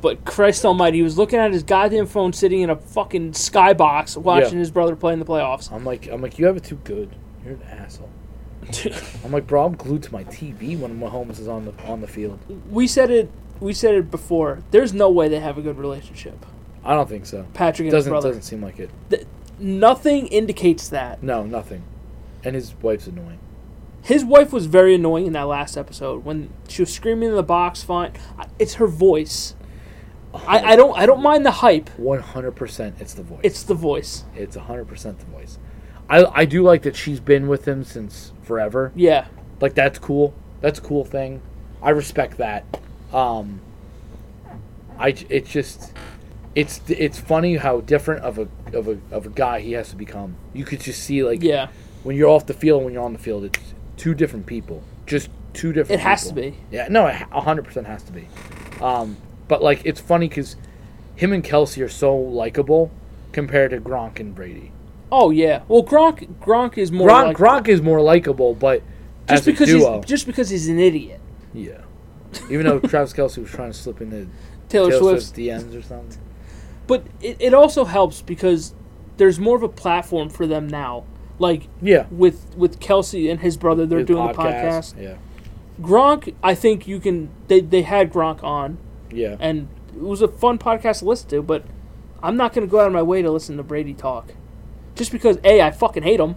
B: but Christ Almighty, he was looking at his goddamn phone, sitting in a fucking skybox, watching
A: Yeah.
B: his brother play in the playoffs.
A: I'm like, I'm like, you have it too good. You're an asshole. I'm like, bro, I'm glued to my TV when Mahomes is on the on the field.
B: we said it. We said it before. There's no way they have a good relationship,
A: I don't think so.
B: Patrick and
A: Doesn't
B: his brother.
A: doesn't seem like it.
B: Th- nothing indicates that.
A: No, nothing. And his wife's annoying.
B: His wife was very annoying in that last episode when she was screaming in the box. Fine, I- it's her voice. I, I don't. I don't mind the hype.
A: 100%. It's the voice.
B: It's the voice.
A: It's 100% the voice. I, I do like that she's been with him since forever.
B: Yeah.
A: Like that's cool. That's a cool thing. I respect that. Um I j- it's just it's it's funny how different of a of a of a guy he has to become. You could just see like
B: Yeah.
A: when you're off the field and when you're on the field it's two different people. Just two different
B: It has
A: people.
B: to be.
A: Yeah, no, it ha- 100% has to be. Um but like it's funny cuz him and Kelsey are so likable compared to Gronk and Brady.
B: Oh yeah. Well, Gronk. Gronk is more.
A: Gronk
B: like-
A: Gronk is more likable, but as
B: Just because
A: a duo,
B: he's just because he's an idiot.
A: Yeah. Even though Travis Kelsey was trying to slip into
B: Taylor,
A: Taylor
B: Swift's
A: Swift's DMs or something.
B: But it, it also helps because there's more of a platform for them now. Like
A: Yeah.
B: with with Kelsey and his brother, they're doing a podcast.
A: Yeah.
B: Gronk, I think you can. They they had Gronk on,
A: Yeah.
B: and it was a fun podcast to listen to. But I'm not going to go out of my way to listen to Brady talk, just because a I fucking hate him,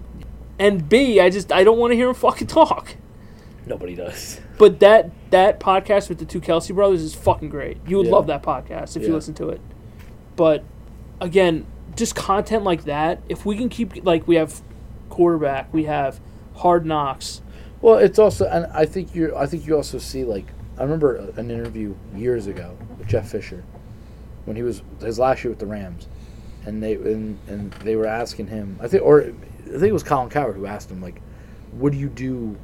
B: and b I just I don't want to hear him fucking talk.
A: Nobody does.
B: But that that podcast with the two Kelsey brothers is fucking great. You would
A: Yeah.
B: love that podcast if you
A: Yeah.
B: listen to it. But again, just content like that. If we can keep like we have quarterback, we have hard knocks.
A: Well, it's also, and I think you, I think you also see like, I remember an interview years ago with Jeff Fisher, when he was his last year with the Rams, and they and, and they were asking him, I think, or I think it was Colin Coward who asked him like, what do you do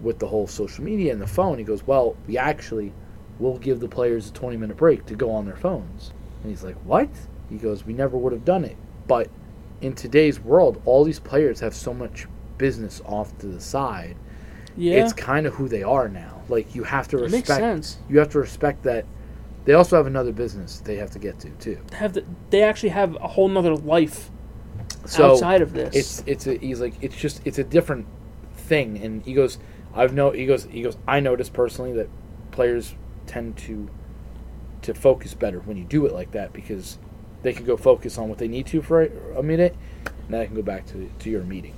A: with the whole social media and the phone? He goes, well, we actually will give the players a twenty minute break to go on their phones, and he's like, what? He goes, we never would have done it, but in today's world, all these players have so much business off to the side
B: Yeah,
A: it's kind of who they are now. Like you have to
B: it makes
A: respect.
B: sense.
A: You have to respect that they also have another business they have to get to too.
B: They Have the, they actually have a whole nother life
A: So
B: outside of this?
A: it's it's a, he's like it's just it's a different thing. And he goes, I've no he goes he goes I noticed personally that players tend to to focus better when you do it like that because they can go focus on what they need to for a, a minute, and then I can go back to to your meeting.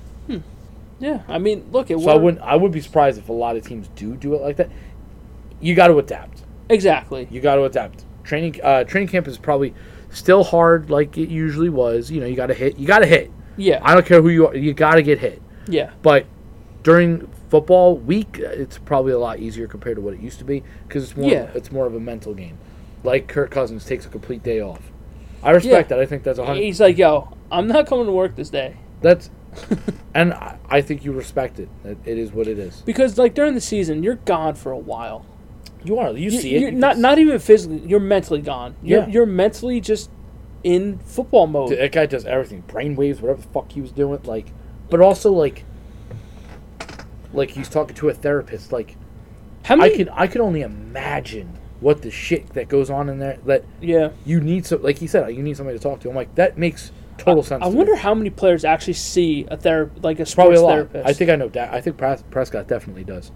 B: yeah. I mean, look, it
A: So I
B: worked.
A: wouldn't I would be surprised if a lot of teams do do it like that. You got to adapt.
B: exactly.
A: you got to adapt. Training uh, training camp is probably still hard, like it usually was. You know, you got to hit. You got to hit.
B: Yeah,
A: I don't care who you are. You got to get hit.
B: yeah,
A: But during football week, uh, it's probably a lot easier compared to what it used to be because it's more
B: Yeah.
A: it's more of a mental game. Like Kirk Cousins takes a complete day off. I respect
B: Yeah.
A: that. I think that's a hundred.
B: He's like, yo, I'm not coming to work this day.
A: That's and I, I think you respect it. It, it is what it is.
B: Because like during the season, you're gone for a while.
A: You are. You
B: You-
A: see it.
B: You're
A: you
B: not
A: can
B: not even physically. You're mentally gone. You're,
A: Yeah.
B: you're mentally just in football mode.
A: Dude, that guy does everything. Brainwaves, whatever the fuck he was doing. Like, but also like, like he's talking to a therapist. Like,
B: How
A: I
B: many?
A: can I can only imagine what the shit that goes on in there. That
B: yeah.
A: you need so like he said, you need somebody to talk to. I'm like, that makes total sense.
B: I
A: to
B: wonder
A: me.
B: how many players actually see a therapist, like a sports
A: Probably a lot.
B: therapist.
A: I think I know. Da- I think Pres- Prescott definitely does.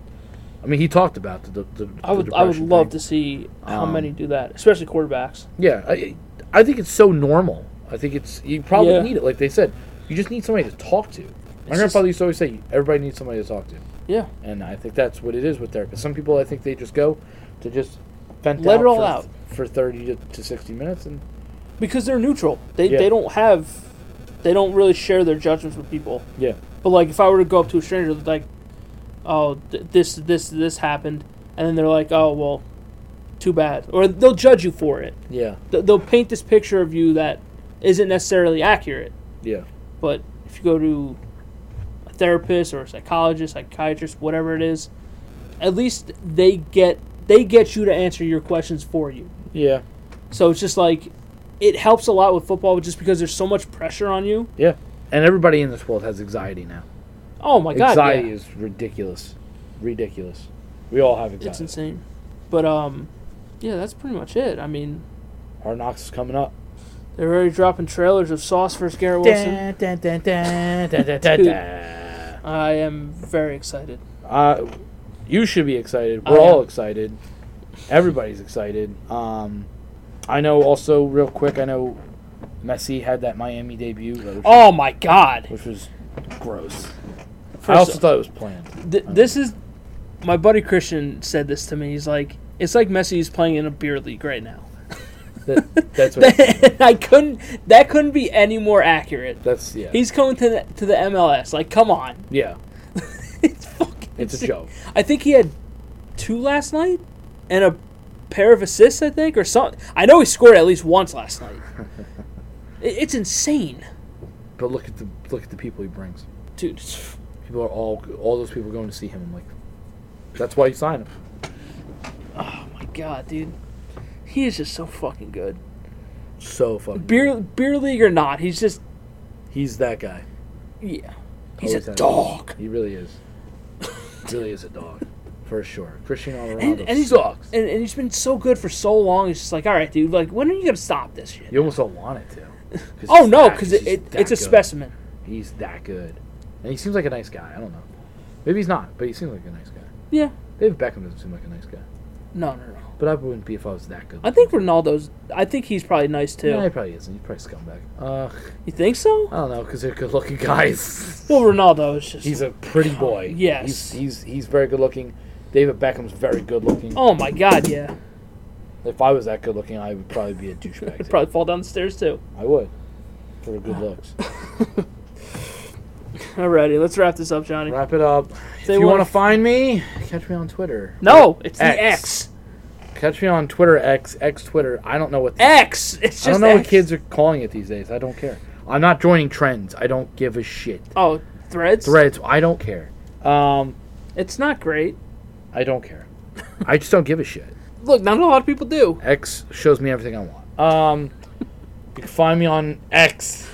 A: I mean, he talked about the. the, the
B: I would. I would love to see how
A: Um,
B: many do that, especially quarterbacks.
A: Yeah, I, I think it's so normal. I think it's you probably
B: Yeah.
A: need it. Like they said, you just need somebody to talk to. My
B: It's just-
A: grandfather used to always say, everybody needs somebody to talk to.
B: Yeah.
A: and I think that's what it is with therapists. Some people, I think they just go to just vent
B: Let it all
A: for,
B: out.
A: for thirty to, to sixty minutes, and
B: Because they're neutral. They
A: Yeah.
B: they don't have. They don't really share their judgments with people.
A: yeah,
B: But like, if I were to go up to a stranger, like, oh, th- this, this, this happened, and then they're like, oh, well, too bad, or they'll judge you for it.
A: yeah,
B: Th- They'll paint this picture of you that isn't necessarily accurate.
A: yeah.
B: But if you go to a therapist or a psychologist, psychiatrist, whatever it is, at least they get they get you to answer your questions for you.
A: Yeah.
B: So it's just like it helps a lot with football just because there's so much pressure on you.
A: Yeah. And everybody in this world has anxiety now.
B: Oh my god. yeah.
A: anxiety is ridiculous. Ridiculous. We all have
B: It's
A: anxiety.
B: insane. But um yeah, that's pretty much it. I mean,
A: Hard Knocks is coming up.
B: they're already dropping trailers of Sauce versus Garrett
A: Dun,
B: Wilson.
A: dun, dun, dun, dun, dun, dun,
B: Dude.
A: dun.
B: I am very excited.
A: Uh, you should be excited.
B: I
A: We're all
B: am.
A: excited. Everybody's excited. Um, I know also, real quick, I know Messi had that Miami debut, which,
B: Oh my god.
A: which was gross. I
B: First-
A: also thought it was planned.
B: Th- this is my buddy Christian said this to me. He's like, it's like Messi is playing in a beer league right now.
A: That, that's what.
B: I couldn't. That couldn't be any more accurate.
A: That's yeah.
B: He's going to the, to the MLS. Like, come on.
A: yeah.
B: It's fucking.
A: It's a
B: insane.
A: joke.
B: I think he had two last night and a pair of assists. I think or something. I know he scored at least once last night. It- it's insane,
A: But look at the look at the people he brings.
B: dude. it's-
A: People are all all those people going to see him. I'm like, that's why you sign him.
B: Oh my god, dude. He is just so fucking good.
A: So fucking.
B: Beer beer league or not, he's just
A: He's that guy.
B: yeah. He's
A: Always
B: a
A: has been.
B: dog.
A: He really is. really is a dog, for sure. Cristiano
B: And,
A: Ronaldo
B: and he's
A: sucks.
B: And, and he's been so good for so long. It's just like, all right, dude. Like, when are you gonna stop this shit?
A: You almost don't want it to. 'Cause
B: Oh
A: he's
B: no,
A: that-
B: because
A: he's
B: it, it,
A: that
B: it's a
A: good.
B: specimen.
A: He's that good, and he seems like a nice guy. I don't know. Maybe he's not, but he seems like a nice guy.
B: Yeah.
A: David Beckham doesn't seem like a nice guy,
B: No, no, no.
A: but I wouldn't be if I was that good.
B: I think Ronaldo's. I think he's probably nice too.
A: Nah, he probably isn't. He's probably a scumbag. Uh,
B: You think so?
A: I don't know, because they're good-looking guys.
B: Well, Ronaldo is just.
A: He's a pretty boy. He's
B: Yes.
A: he's, he's very good looking. David Beckham's very good looking.
B: oh my god, yeah.
A: If I was that good looking, I would probably be a douchebag.
B: He'd probably fall down the stairs too.
A: I would. For the good looks.
B: Alrighty, let's wrap this up, Johnny.
A: Wrap it up.
B: Say
A: if you
B: what-
A: want to find me, catch me on Twitter.
B: No, it's the
A: X.
B: X.
A: Catch me on Twitter X X Twitter. I don't know what.
B: X. It's just.
A: I don't know what
B: X.
A: kids are calling it these days. I don't care. I'm not joining trends. I don't give a shit.
B: Oh, threads.
A: Threads. I don't care. Um,
B: It's not great.
A: I don't care. I just don't give a shit.
B: Look, not a lot of people do.
A: X shows me everything I want. Um, you can find me on X.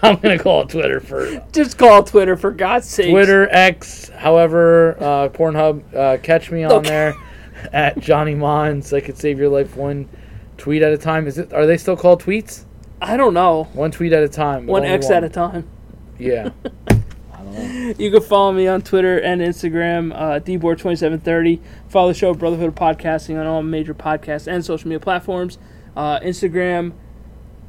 A: I'm gonna call it Twitter for
B: Just call Twitter for God's sake.
A: Twitter X. However, uh, Pornhub, uh, catch me on
B: Okay.
A: there at Johnny Mons. I could save your life one tweet at a time. Is it? Are they still called tweets?
B: I don't know.
A: One tweet at a time. but
B: One
A: only
B: X at a time.
A: Yeah. I don't know.
B: You can follow me on Twitter and Instagram, uh, dboard2730. Follow the show Brotherhood of Podcasting on all major podcast and social media platforms, uh, Instagram,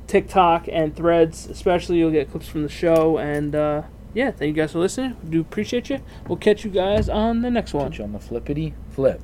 B: TikTok, and Threads. Especially, you'll get clips from the show. And uh, yeah, thank you guys for listening. We do appreciate you. We'll catch you guys on the next one.
A: Put you on the flippity flip.